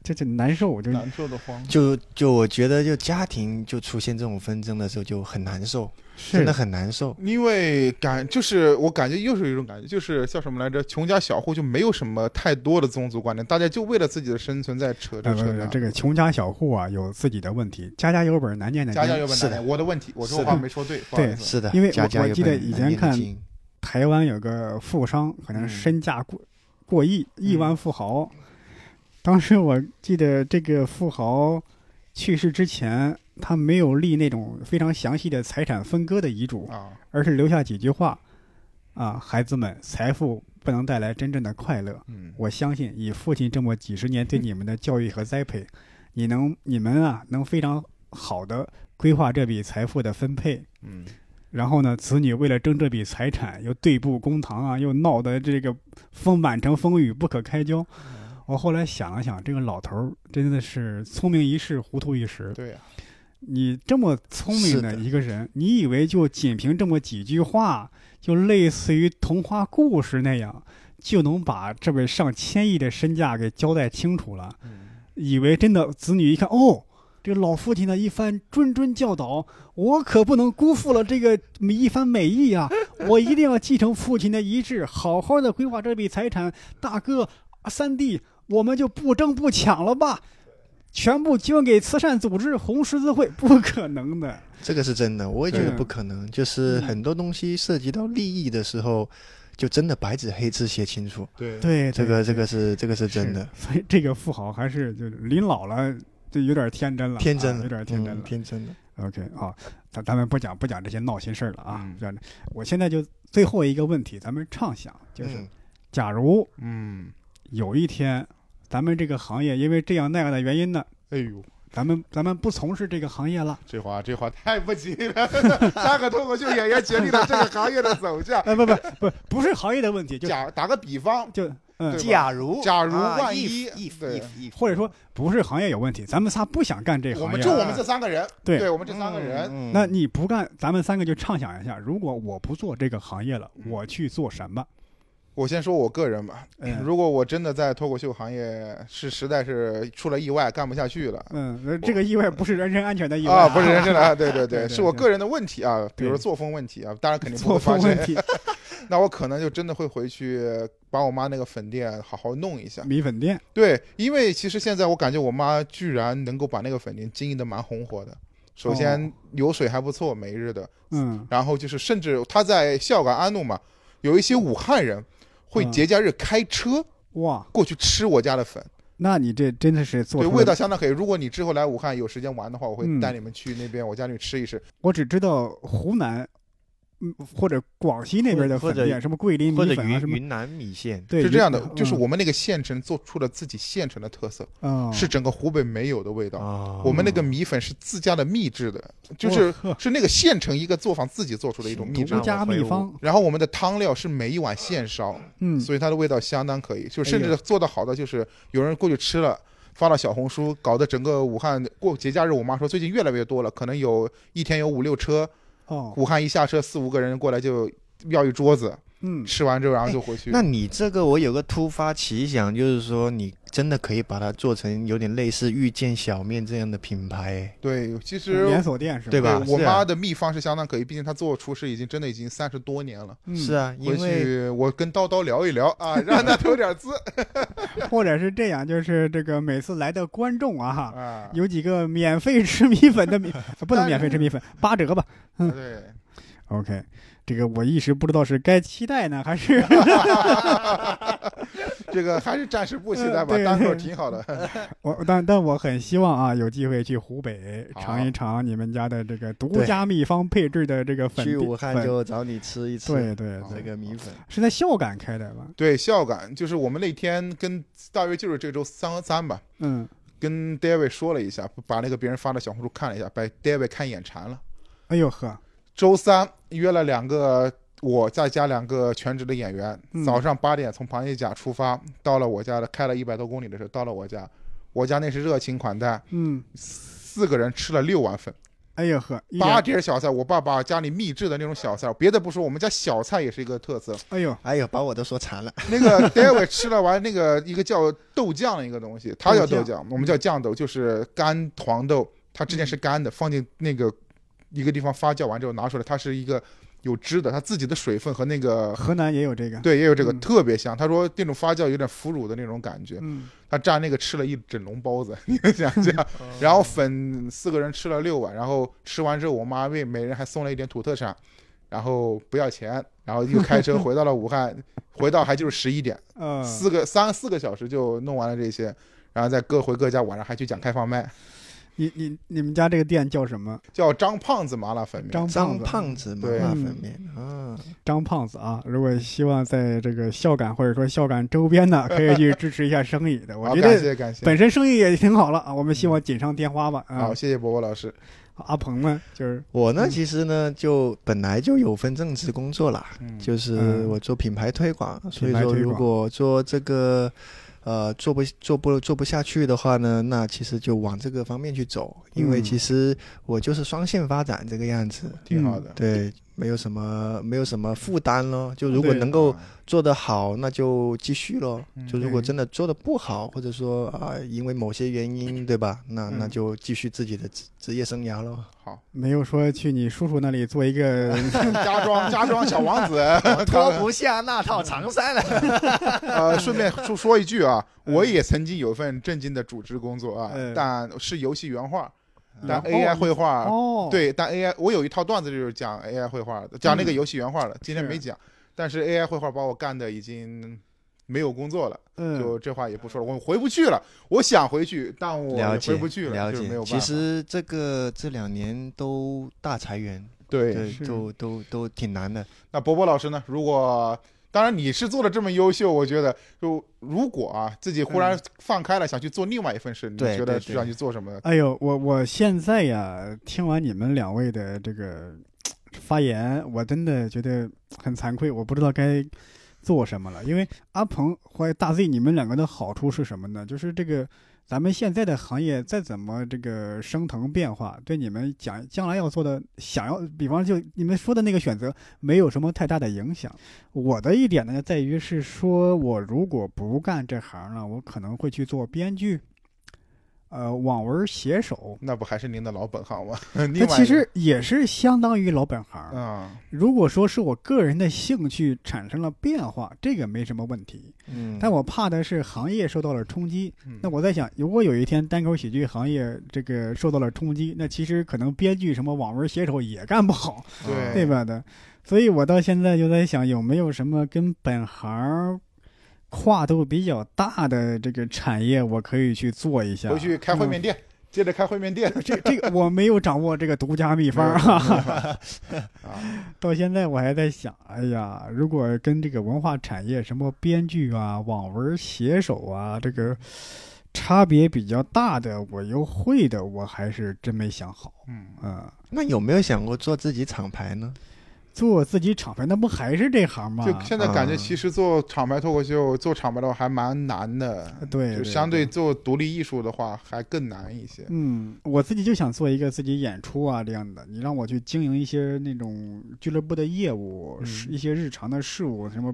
[SPEAKER 4] 这这难受，我就
[SPEAKER 2] 难受的慌。
[SPEAKER 1] 就就我觉得，就家庭就出现这种纷争的时候就很难受，真
[SPEAKER 4] 是
[SPEAKER 1] 的很难受。
[SPEAKER 2] 因为感就是我感觉又是有一种感觉，就是叫什么来着？穷家小户就没有什么太多的宗族观念，大家就为了自己的生存在扯
[SPEAKER 4] 呃，
[SPEAKER 2] 这
[SPEAKER 4] 不
[SPEAKER 2] 扯
[SPEAKER 4] 是
[SPEAKER 2] 那。
[SPEAKER 4] 这个穷家小户啊，有自己的问题，家家有本难念的
[SPEAKER 2] 家家
[SPEAKER 4] 经。
[SPEAKER 2] 有本
[SPEAKER 1] 是
[SPEAKER 2] 难
[SPEAKER 1] 的
[SPEAKER 2] 念，我的问题，我说
[SPEAKER 1] 是的
[SPEAKER 2] 话没说对，不好意思。
[SPEAKER 1] 是的，
[SPEAKER 4] 因为我
[SPEAKER 1] 家家
[SPEAKER 4] 我
[SPEAKER 1] 有
[SPEAKER 4] 记得
[SPEAKER 1] 本
[SPEAKER 4] 以
[SPEAKER 1] 难
[SPEAKER 4] 前
[SPEAKER 1] 念的
[SPEAKER 4] 看
[SPEAKER 1] 经
[SPEAKER 2] 嗯
[SPEAKER 4] 台湾有个富商，可能身价过过亿，亿万富豪，当时我记得这个富豪去世之前，他没有立那种非常详细的财产分割的遗嘱，
[SPEAKER 2] 啊，
[SPEAKER 4] 而是留下几句话：啊，孩子们，财富不能带来真正的快乐。
[SPEAKER 2] 嗯，
[SPEAKER 4] 我相信以父亲这么几十年对你们的教育和栽培，你能你们啊能非常好的规划这笔财富的分配。
[SPEAKER 1] 嗯，
[SPEAKER 4] 然后呢，子女为了争这笔财产，又对簿公堂啊，又闹得这个风满城风雨不可开交。我后来想了想，这个老头儿真的是聪明一世，糊涂一时。
[SPEAKER 2] 对呀、啊
[SPEAKER 4] 你这么聪明的
[SPEAKER 1] 是的
[SPEAKER 4] 一个人，你以为就仅凭这么几句话，就类似于童话故事那样，就能把这位上千亿的身价给交代清楚了？
[SPEAKER 2] 嗯
[SPEAKER 4] 以为真的子女一看，哦，这个老父亲的一番谆谆教导，我可不能辜负了这个一番美意啊！ 我一定要继承父亲的遗志，好好的规划这笔财产。大哥，三弟，我们就不争不抢了吧，全部捐给慈善组织红十字会，不可能的。
[SPEAKER 1] 这个是真的，我也觉得
[SPEAKER 4] 对
[SPEAKER 1] 不可能。就是
[SPEAKER 4] 嗯
[SPEAKER 1] 很多东西涉及到利益的时候，就真的白纸黑字写清楚。
[SPEAKER 2] 对
[SPEAKER 4] 哎对，
[SPEAKER 1] 这个这个是这个是真的，
[SPEAKER 4] 所以这个富豪还是就是临老了，就有点天真了，
[SPEAKER 1] 天真
[SPEAKER 4] 啊
[SPEAKER 1] 了，
[SPEAKER 4] 有点天真
[SPEAKER 1] 嗯
[SPEAKER 4] 了。
[SPEAKER 1] 天真了。
[SPEAKER 4] OK 啊，咱咱们不讲不讲这些闹心事儿了啊
[SPEAKER 2] 嗯。
[SPEAKER 4] 这样的我现在就最后一个问题，咱们畅想，就是
[SPEAKER 1] 嗯
[SPEAKER 4] 假如
[SPEAKER 2] 嗯，
[SPEAKER 4] 有一天，咱们这个行业因为这样那样的原因呢，
[SPEAKER 2] 哎呦，
[SPEAKER 4] 咱们咱们不从事这个行业了。
[SPEAKER 2] 这话这话太不吉利了， 三个脱口秀演员决定了这个行业的走向。
[SPEAKER 4] 哎，不不不，不是行业的问题，就
[SPEAKER 2] 假打个比方，
[SPEAKER 4] 就嗯
[SPEAKER 2] 对，吧
[SPEAKER 1] 假如
[SPEAKER 2] 假如
[SPEAKER 1] 啊
[SPEAKER 2] 万
[SPEAKER 1] if-
[SPEAKER 2] 一
[SPEAKER 1] if-
[SPEAKER 2] 对
[SPEAKER 1] if- if
[SPEAKER 4] 或者说不是行业有问题，咱们仨不想干这
[SPEAKER 2] 我
[SPEAKER 4] 行
[SPEAKER 2] 们
[SPEAKER 4] 业
[SPEAKER 2] 就
[SPEAKER 4] 了。
[SPEAKER 2] 我们这三个人，
[SPEAKER 4] 对
[SPEAKER 2] 我们这三个人，
[SPEAKER 1] 嗯嗯
[SPEAKER 4] 那你不干，咱们三个就畅想一下，如果我不做这个行业了，
[SPEAKER 2] 嗯
[SPEAKER 4] 我去做什么？
[SPEAKER 2] 我先说我个人吧。
[SPEAKER 4] 嗯
[SPEAKER 2] 如果我真的在脱口秀行业是实在是出了意外，干不下去了。
[SPEAKER 4] 嗯，呃这个意外不是人身安全的意外
[SPEAKER 2] 啊，不是人 真的，啊对对
[SPEAKER 4] 对
[SPEAKER 2] 对，
[SPEAKER 4] 对
[SPEAKER 2] 是我
[SPEAKER 4] 对
[SPEAKER 2] 个人的问题啊，比如
[SPEAKER 4] 对
[SPEAKER 2] 作风问题啊，当然肯定不
[SPEAKER 4] 作
[SPEAKER 2] 会
[SPEAKER 4] 风
[SPEAKER 2] 发
[SPEAKER 4] 问
[SPEAKER 2] 现，
[SPEAKER 4] 题，
[SPEAKER 2] 那我可能就真的会回去把我妈那个粉店好好弄一下。
[SPEAKER 4] 米粉店
[SPEAKER 2] 对，因为其实现在我感觉我妈居然能够把那个粉店经营的蛮红火的。首
[SPEAKER 4] 哦
[SPEAKER 2] 先流水还不错，每日的，
[SPEAKER 4] 嗯，
[SPEAKER 2] 然后就是甚至她在孝感安陆嘛，有一些武汉人会
[SPEAKER 4] 嗯
[SPEAKER 2] 节假日开车
[SPEAKER 4] 哇，
[SPEAKER 2] 过去吃我家的粉，
[SPEAKER 4] 那你这真的是做
[SPEAKER 2] 对，
[SPEAKER 4] 出了
[SPEAKER 2] 味道。相当可以。如果你之后来武汉有时间玩的话，我会
[SPEAKER 4] 嗯
[SPEAKER 2] 带你们去那边我家里吃一吃。
[SPEAKER 4] 我只知道湖南，嗯，或者广西那边的
[SPEAKER 1] 或
[SPEAKER 4] 粉
[SPEAKER 1] 者
[SPEAKER 4] 店，什么桂林
[SPEAKER 1] 或者
[SPEAKER 4] 米粉啊，
[SPEAKER 1] 云
[SPEAKER 4] 什么
[SPEAKER 1] 云南米线，
[SPEAKER 4] 对，嗯
[SPEAKER 2] 是这样的，
[SPEAKER 4] 云
[SPEAKER 2] 就是我们那个县城做出了自己县城的特色，
[SPEAKER 4] 嗯
[SPEAKER 2] 是整个湖北没有的味
[SPEAKER 4] 哦
[SPEAKER 2] 道。
[SPEAKER 1] 啊
[SPEAKER 2] 我们那个米粉是自家的秘制的，就是
[SPEAKER 4] 呵
[SPEAKER 2] 是那个县城一个作坊自己做出的一种秘
[SPEAKER 4] 独
[SPEAKER 2] 制
[SPEAKER 1] 行。
[SPEAKER 4] 家秘方，
[SPEAKER 2] 然后我们的汤料是每一碗现烧，
[SPEAKER 4] 嗯，
[SPEAKER 2] 所以它的味道相当可以，就甚
[SPEAKER 4] 哎
[SPEAKER 2] 至做的好的就是有人过去吃了。发到小红书，搞得整个武汉过节假日，我妈说最近越来越多了，可能有一天有五六车，
[SPEAKER 4] 哦，
[SPEAKER 2] 武汉一下车四五个人过来就要一桌子，
[SPEAKER 4] 嗯，
[SPEAKER 2] 吃完之后然后就回
[SPEAKER 1] 嗯
[SPEAKER 2] 去。
[SPEAKER 1] 哎那你这个我有个突发奇想，就是说你真的可以把它做成有点类似遇见小面这样的品牌，
[SPEAKER 2] 对，其实
[SPEAKER 4] 连锁店是吧？
[SPEAKER 1] 对吧
[SPEAKER 2] 我
[SPEAKER 1] 是啊
[SPEAKER 2] 妈的秘方是相当可以，毕竟她做厨师已经真的已经三十多年了。
[SPEAKER 4] 嗯
[SPEAKER 1] 是，啊，
[SPEAKER 2] 回
[SPEAKER 1] 因为
[SPEAKER 2] 去我跟叨叨聊一聊 啊，让她投点资
[SPEAKER 4] 或者是这样，就是这个每次来的观众啊，哈，
[SPEAKER 2] 啊。
[SPEAKER 4] 有几个免费吃米粉 的米，呃不能免费吃米粉，八折吧。
[SPEAKER 2] 对，
[SPEAKER 4] OK，这个我一时不知道是该期待呢，还是
[SPEAKER 2] 这个还是暂时不期待吧
[SPEAKER 1] 呃
[SPEAKER 4] 嗯，对
[SPEAKER 2] 单口挺好的。
[SPEAKER 4] 我，但但我很希望啊，有机会去湖北
[SPEAKER 2] 哦
[SPEAKER 4] 尝一尝你们家的这个独家秘方配制的这个粉
[SPEAKER 1] 去
[SPEAKER 4] 地
[SPEAKER 1] 武汉
[SPEAKER 4] 粉
[SPEAKER 1] 就找你吃一吃
[SPEAKER 4] 对对
[SPEAKER 2] 哦
[SPEAKER 4] 对，
[SPEAKER 1] 这个米粉，
[SPEAKER 4] 是在孝感开的吧？
[SPEAKER 2] 对，孝感就是我们那天跟大约就是这周三三吧，
[SPEAKER 4] 嗯，
[SPEAKER 2] 跟 David 说了一下，把那个别人发的小红书看了一下，把 David 看眼馋了。
[SPEAKER 4] 哎呦呵，
[SPEAKER 2] 周三约了两个我再加两个全职的演员，
[SPEAKER 4] 嗯
[SPEAKER 2] 早上八点从螃蟹甲出发，到了我家的开了一百多公里的时候到了我家，我家那是热情款待，
[SPEAKER 4] 嗯，
[SPEAKER 2] 四个人吃了六碗粉，
[SPEAKER 4] 哎呦呵，一
[SPEAKER 2] 八
[SPEAKER 4] 点，
[SPEAKER 2] 碟小菜，我爸爸家里秘制的那种小菜，别的不说，我们家小菜也是一个特色。
[SPEAKER 4] 哎呦，
[SPEAKER 1] 哎呦，把我都说馋了，
[SPEAKER 2] 那个 David 吃了完那个一个叫豆酱的一个东西，他叫豆
[SPEAKER 4] 豆
[SPEAKER 2] 酱，我们叫酱豆，就是干黄豆，它之前是干的，放进那个一个地方发酵完之后拿出来，它是一个有汁的，它自己的水分和那个
[SPEAKER 4] 河南也有这个，
[SPEAKER 2] 对也有这个
[SPEAKER 4] 嗯
[SPEAKER 2] 特别香。他说那种发酵有点腐乳的那种感觉，
[SPEAKER 4] 嗯，
[SPEAKER 2] 他蘸那个吃了一整笼包子， 你能想象？然后粉四个人吃了六碗，然后吃完之后，我妈为每人还送了一点土特产。然后不要钱，然后又开车回到了武汉，回到还就是十一点，
[SPEAKER 4] 嗯，
[SPEAKER 2] 四个三四个小时就弄完了这些，然后再各回各家，晚上还去讲开放麦，
[SPEAKER 4] 你你你们家这个店叫什么？
[SPEAKER 2] 叫张胖子麻辣粉面。
[SPEAKER 4] 张
[SPEAKER 1] 张
[SPEAKER 4] 子，
[SPEAKER 1] 胖子麻
[SPEAKER 2] 对
[SPEAKER 1] 辣
[SPEAKER 4] 嗯
[SPEAKER 1] 粉面啊，
[SPEAKER 4] 张胖子啊！如果希望在这个孝感或者说孝感周边的，可以去支持一下生意 的。我
[SPEAKER 2] 好，
[SPEAKER 4] 觉
[SPEAKER 2] 感
[SPEAKER 4] 得
[SPEAKER 2] 谢感谢。嗯
[SPEAKER 4] 本身生意也挺好了啊，我们希望锦上添花吧啊
[SPEAKER 2] 好，！谢谢波波老师。
[SPEAKER 4] 阿鹏呢，就是
[SPEAKER 1] 我呢
[SPEAKER 4] 嗯
[SPEAKER 1] 其实呢就本来就有份正职工作啦，
[SPEAKER 4] 嗯
[SPEAKER 1] 就是我做品牌推广，所以
[SPEAKER 4] 品牌
[SPEAKER 1] 说
[SPEAKER 4] 推
[SPEAKER 1] 如
[SPEAKER 4] 广
[SPEAKER 1] 果做这个，呃，做不做不做不下去的话呢，那其实就往这个方面去走，因为
[SPEAKER 4] 嗯
[SPEAKER 1] 其实我就是双线发展这个样子，
[SPEAKER 2] 挺好的。
[SPEAKER 1] 对，没有什么没有什么负担咯。就如果
[SPEAKER 4] 对
[SPEAKER 1] 能
[SPEAKER 2] 啊
[SPEAKER 1] 够做得好，那就继续咯。
[SPEAKER 2] 嗯
[SPEAKER 1] 就如果
[SPEAKER 4] 对
[SPEAKER 1] 真的做得不好，或者说啊、因为某些原因，对吧？那那
[SPEAKER 4] 嗯
[SPEAKER 1] 就继续自己的职职业生涯咯。
[SPEAKER 2] 好，
[SPEAKER 4] 没有说去你叔叔那里做 一个
[SPEAKER 2] 家装家装小王子。
[SPEAKER 1] 脱不下那套长衫了。
[SPEAKER 2] 呃，顺便说说一句啊，我也曾经有份正经的主持工作啊
[SPEAKER 4] 嗯，
[SPEAKER 2] 但是游戏原画，但
[SPEAKER 4] 哦
[SPEAKER 2] AI 绘画
[SPEAKER 4] 哦，，
[SPEAKER 2] 对，但 AI 我有一套段子就是讲 AI 绘画的，讲那个
[SPEAKER 4] 嗯
[SPEAKER 2] 游戏原画的，今天
[SPEAKER 4] 是
[SPEAKER 2] 没讲。但是 AI 绘画把我干的已经没有工作了，
[SPEAKER 4] 嗯
[SPEAKER 2] 就这话也不说了，我回不去了。我想回去，但我
[SPEAKER 1] 了解，
[SPEAKER 2] 回不去
[SPEAKER 1] 了
[SPEAKER 2] 就是没
[SPEAKER 1] 解
[SPEAKER 2] 有。办
[SPEAKER 1] 其
[SPEAKER 2] 法。
[SPEAKER 1] 实这个这两年都大裁员，
[SPEAKER 2] 对，
[SPEAKER 1] 对，
[SPEAKER 4] 是
[SPEAKER 1] 都都都挺难的。
[SPEAKER 2] 那博博老师呢？如果当然你是做的这么优秀，我觉得就如果啊自己忽然放开了，想去做另外一份事，你
[SPEAKER 1] 嗯对
[SPEAKER 2] 觉得
[SPEAKER 1] 对
[SPEAKER 2] 是
[SPEAKER 1] 对
[SPEAKER 2] 想去做什么？
[SPEAKER 4] 哎呦，我我现在呀，听完你们两位的这个发言，我真的觉得很惭愧，我不知道该做什么了。因为阿鹏和大 Z 你们两个的好处是什么呢？就是这个咱们现在的行业再怎么这个升腾变化，对你们讲将来要做的，想要，比方就你们说的那个选择，没有什么太大的影响。我的一点呢，在于是说我如果不干这行了，我可能会去做编剧。呃，网文写手，
[SPEAKER 2] 那不还是您的老本行吗？
[SPEAKER 4] 它
[SPEAKER 2] 另外
[SPEAKER 4] 其实也是相当于老本行儿。
[SPEAKER 2] 啊，
[SPEAKER 4] 如果说是我个人的兴趣产生了变化，这个没什么问题。
[SPEAKER 1] 嗯，
[SPEAKER 4] 但我怕的是行业受到了冲击。
[SPEAKER 2] 嗯
[SPEAKER 4] 那我在想，如果有一天单口喜剧行业这个受到了冲击，那其实可能编剧什么网文写手也干不好，
[SPEAKER 1] 啊
[SPEAKER 2] 对
[SPEAKER 4] 对吧的？所以我到现在就在想，有没有什么跟本行儿跨度比较大的这个产业，我可以去做一下。
[SPEAKER 2] 回去开烩面
[SPEAKER 1] 嗯
[SPEAKER 2] 店，接着开烩面店
[SPEAKER 4] 这这个我没有掌握这个独家秘方儿啊。
[SPEAKER 2] 啊。
[SPEAKER 4] 到现在我还在想，哎呀，如果跟这个文化产业，什么编剧啊、网文写手啊，这个差别比较大的，我又会的，我还是真没想好。
[SPEAKER 2] 嗯，
[SPEAKER 4] 嗯，
[SPEAKER 1] 那有没有想过做自己厂牌呢？
[SPEAKER 4] 做自己厂牌，那不还是这行吗？
[SPEAKER 2] 就现在感觉
[SPEAKER 1] 嗯
[SPEAKER 2] 其实做厂牌脱口秀、做厂牌的话还蛮难的，
[SPEAKER 4] 对，
[SPEAKER 2] 就相对做独立艺术的话还更难一些。
[SPEAKER 4] 嗯，我自己就想做一个自己演出啊这样的，你让我去经营一些那种俱乐部的业务，
[SPEAKER 2] 嗯
[SPEAKER 4] 是一些日常的事务，什么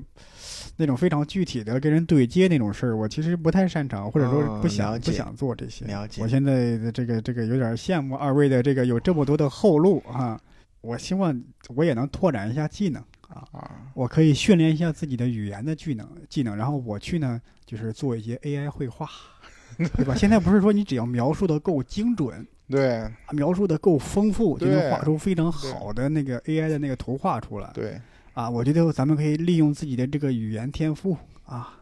[SPEAKER 4] 那种非常具体的跟人对接那种事儿，我其实不太擅长，或者说
[SPEAKER 1] 哦
[SPEAKER 4] 不想、
[SPEAKER 1] 了
[SPEAKER 4] 不
[SPEAKER 1] 解
[SPEAKER 4] 想做这些。
[SPEAKER 1] 了解
[SPEAKER 4] 我现在的这个这个有点羡慕二位的这个有这么多的后路啊，我希望我也能拓展一下技能啊。
[SPEAKER 2] 啊，
[SPEAKER 4] 我可以训练一下自己的语言的技能技能，然后我去呢，就是做一些 AI 绘画，对吧？现在不是说你只要描述的够精准，
[SPEAKER 2] 对
[SPEAKER 4] 描述的够丰富，就
[SPEAKER 2] 对
[SPEAKER 4] 能画出非常好的那个 AI 的那个图画出来
[SPEAKER 2] 对，
[SPEAKER 4] 啊！我觉得咱们可以利用自己的这个语言天赋啊。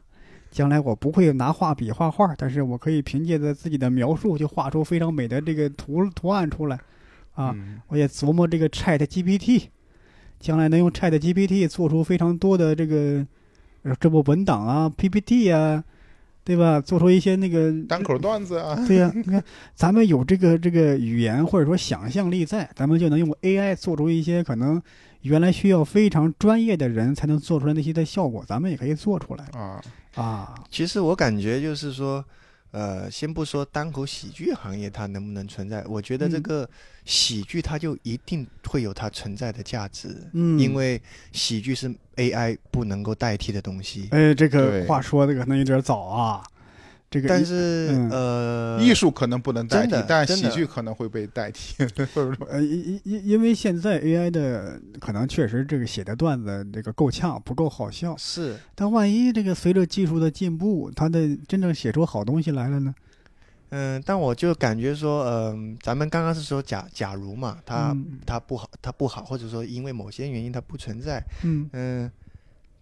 [SPEAKER 4] 将来我不会拿画笔画画，但是我可以凭借着自己的描述，就画出非常美的这个图图案出来，啊，
[SPEAKER 2] 嗯
[SPEAKER 4] 我也琢磨这个 Chat GPT，将来能用 Chat GPT 做出非常多的这个呃这么文档啊、PPT 啊，对吧？做出一些那个
[SPEAKER 2] 单口段子啊，
[SPEAKER 4] 对呀、你看咱们有这个这个语言或者说想象力在，咱们就能用 AI 做出一些可能原来需要非常专业的人才能做出来那些的效果，咱们也可以做出来
[SPEAKER 2] 啊，
[SPEAKER 4] 啊。
[SPEAKER 1] 其实我感觉就是说，呃，先不说单口喜剧行业它能不能存在，我觉得这
[SPEAKER 4] 嗯
[SPEAKER 1] 个喜剧它就一定会有它存在的价值，
[SPEAKER 4] 嗯，
[SPEAKER 1] 因为喜剧是 AI 不能够代替的东西。
[SPEAKER 4] 哎，这个
[SPEAKER 2] 对
[SPEAKER 4] 话说的可能有点早啊，这个
[SPEAKER 1] 但是、
[SPEAKER 4] 嗯
[SPEAKER 1] 呃，
[SPEAKER 2] 艺术可能不能代
[SPEAKER 1] 真
[SPEAKER 2] 替
[SPEAKER 1] 的，
[SPEAKER 2] 但
[SPEAKER 1] 真
[SPEAKER 2] 喜
[SPEAKER 1] 的
[SPEAKER 2] 剧可能会被代替。
[SPEAKER 4] 呃，因因因因为现在 AI 的可能确实这个写的段子这个够呛，不够好笑。
[SPEAKER 1] 是
[SPEAKER 4] 但万一这个随着技术的进步，它的真正写出好东西来了呢？
[SPEAKER 1] 嗯，但我就感觉说，嗯、咱们刚刚是说假假如嘛，它、
[SPEAKER 4] 嗯
[SPEAKER 1] 它不好，它不好，或者说因为某些原因它不存在，
[SPEAKER 4] 嗯
[SPEAKER 1] 嗯，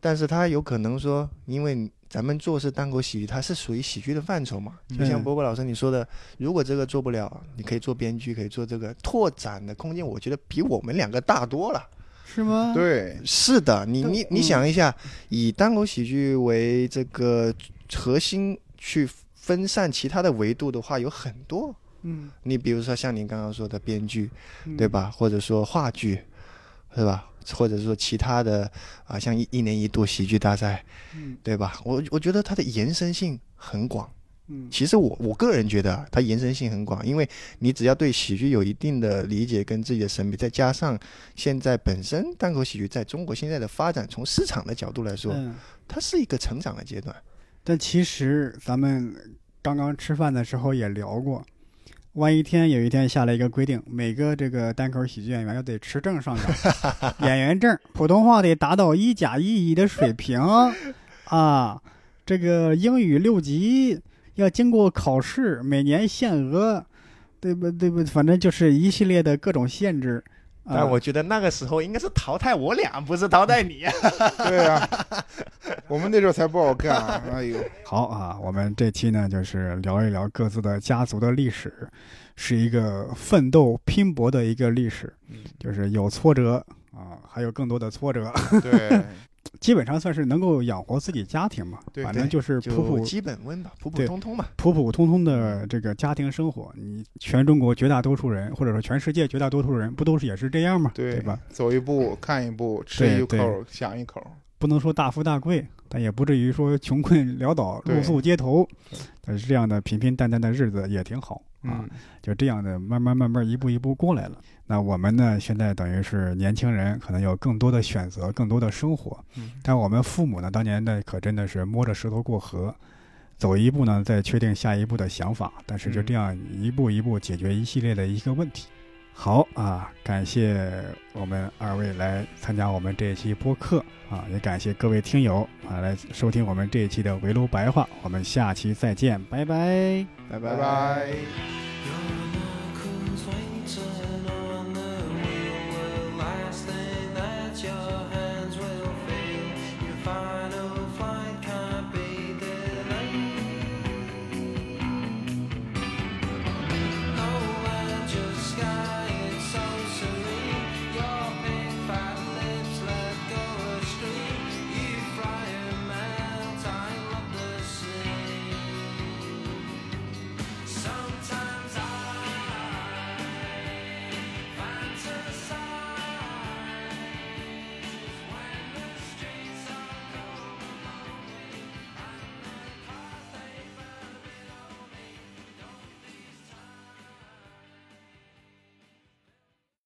[SPEAKER 1] 但是它有可能说，因为咱们做是单口喜剧，它是属于喜剧的范畴嘛。就像
[SPEAKER 4] 嗯
[SPEAKER 1] 波波老师你说的，如果这个做不了，你可以做编剧，可以做这个拓展的空间，我觉得比我们两个大多了。
[SPEAKER 4] 是吗？，
[SPEAKER 2] 对，
[SPEAKER 1] 是的，你
[SPEAKER 4] 但
[SPEAKER 1] 你你
[SPEAKER 4] 嗯
[SPEAKER 1] 想一下，以单口喜剧为这个核心去分散其他的维度的话，有很多。
[SPEAKER 4] 嗯，
[SPEAKER 1] 你比如说像您刚刚说的编剧，
[SPEAKER 4] 嗯
[SPEAKER 1] 对？吧？或者说话剧，是吧？或者说其他的啊、像一一年一度喜剧大赛，
[SPEAKER 4] 嗯
[SPEAKER 1] 对吧？我我觉得它的延伸性很广。
[SPEAKER 4] 嗯
[SPEAKER 1] 其实我我个人觉得啊它延伸性很广，因为你只要对喜剧有一定的理解跟自己的审美，再加上现在本身单口喜剧在中国现在的发展，从市场的角度来说，
[SPEAKER 4] 嗯，
[SPEAKER 1] 它是一个成长的阶段。
[SPEAKER 4] 但其实咱们刚刚吃饭的时候也聊过，万一天有一天下了一个规定，每个这个单口喜剧演员都得持证上岗，演员证，普通话得达到一甲一乙的水平啊，这个英语六级要经过考试，每年限额，对不对不，反正就是一系列的各种限制。啊、
[SPEAKER 1] 但我觉得那个时候应该是淘汰我俩，不是淘汰你。
[SPEAKER 2] 对啊，我们那时候才不好干、哎呦，
[SPEAKER 4] 好啊，我们这期呢就是聊一聊各自的家族的历史，是一个奋斗拼搏的一个历史，
[SPEAKER 2] 嗯
[SPEAKER 4] 就是有挫折啊，还有更多的挫折，
[SPEAKER 2] 对，
[SPEAKER 4] 基本上算是能够养活自己家庭嘛。
[SPEAKER 2] 对
[SPEAKER 4] 反正就是
[SPEAKER 1] 就
[SPEAKER 4] 普普
[SPEAKER 1] 基本温吧，普普
[SPEAKER 4] 对
[SPEAKER 1] 通通嘛。
[SPEAKER 4] 普普通通的这个家庭生活，你全中国绝大多数人，或者说全世界绝大多数人，不都是也是这样嘛？
[SPEAKER 2] 对
[SPEAKER 4] 吧？
[SPEAKER 2] 走一步看一步，吃一
[SPEAKER 4] 对
[SPEAKER 2] 口想一口，啊
[SPEAKER 4] 不能说大富大贵，但也不至于说穷困潦倒、
[SPEAKER 2] 对
[SPEAKER 4] 露宿街头
[SPEAKER 2] 对，
[SPEAKER 4] 但是这样的平平淡淡的日子也挺好啊。
[SPEAKER 2] 嗯，
[SPEAKER 4] 就这样的慢慢慢慢一步一步过来了。那我们呢，现在等于是年轻人，可能有更多的选择，更多的生活。
[SPEAKER 2] 嗯
[SPEAKER 4] 但我们父母呢，当年呢可真的是摸着石头过河，走一步呢再确定下一步的想法，但是就
[SPEAKER 2] 嗯
[SPEAKER 4] 这样一步一步解决一系列的一个问题。好啊，感谢我们二位来参加我们这一期播客啊，也感谢各位听友啊来收听我们这一期的围炉白话，我们下期再见，拜拜。
[SPEAKER 1] 拜
[SPEAKER 2] 拜拜。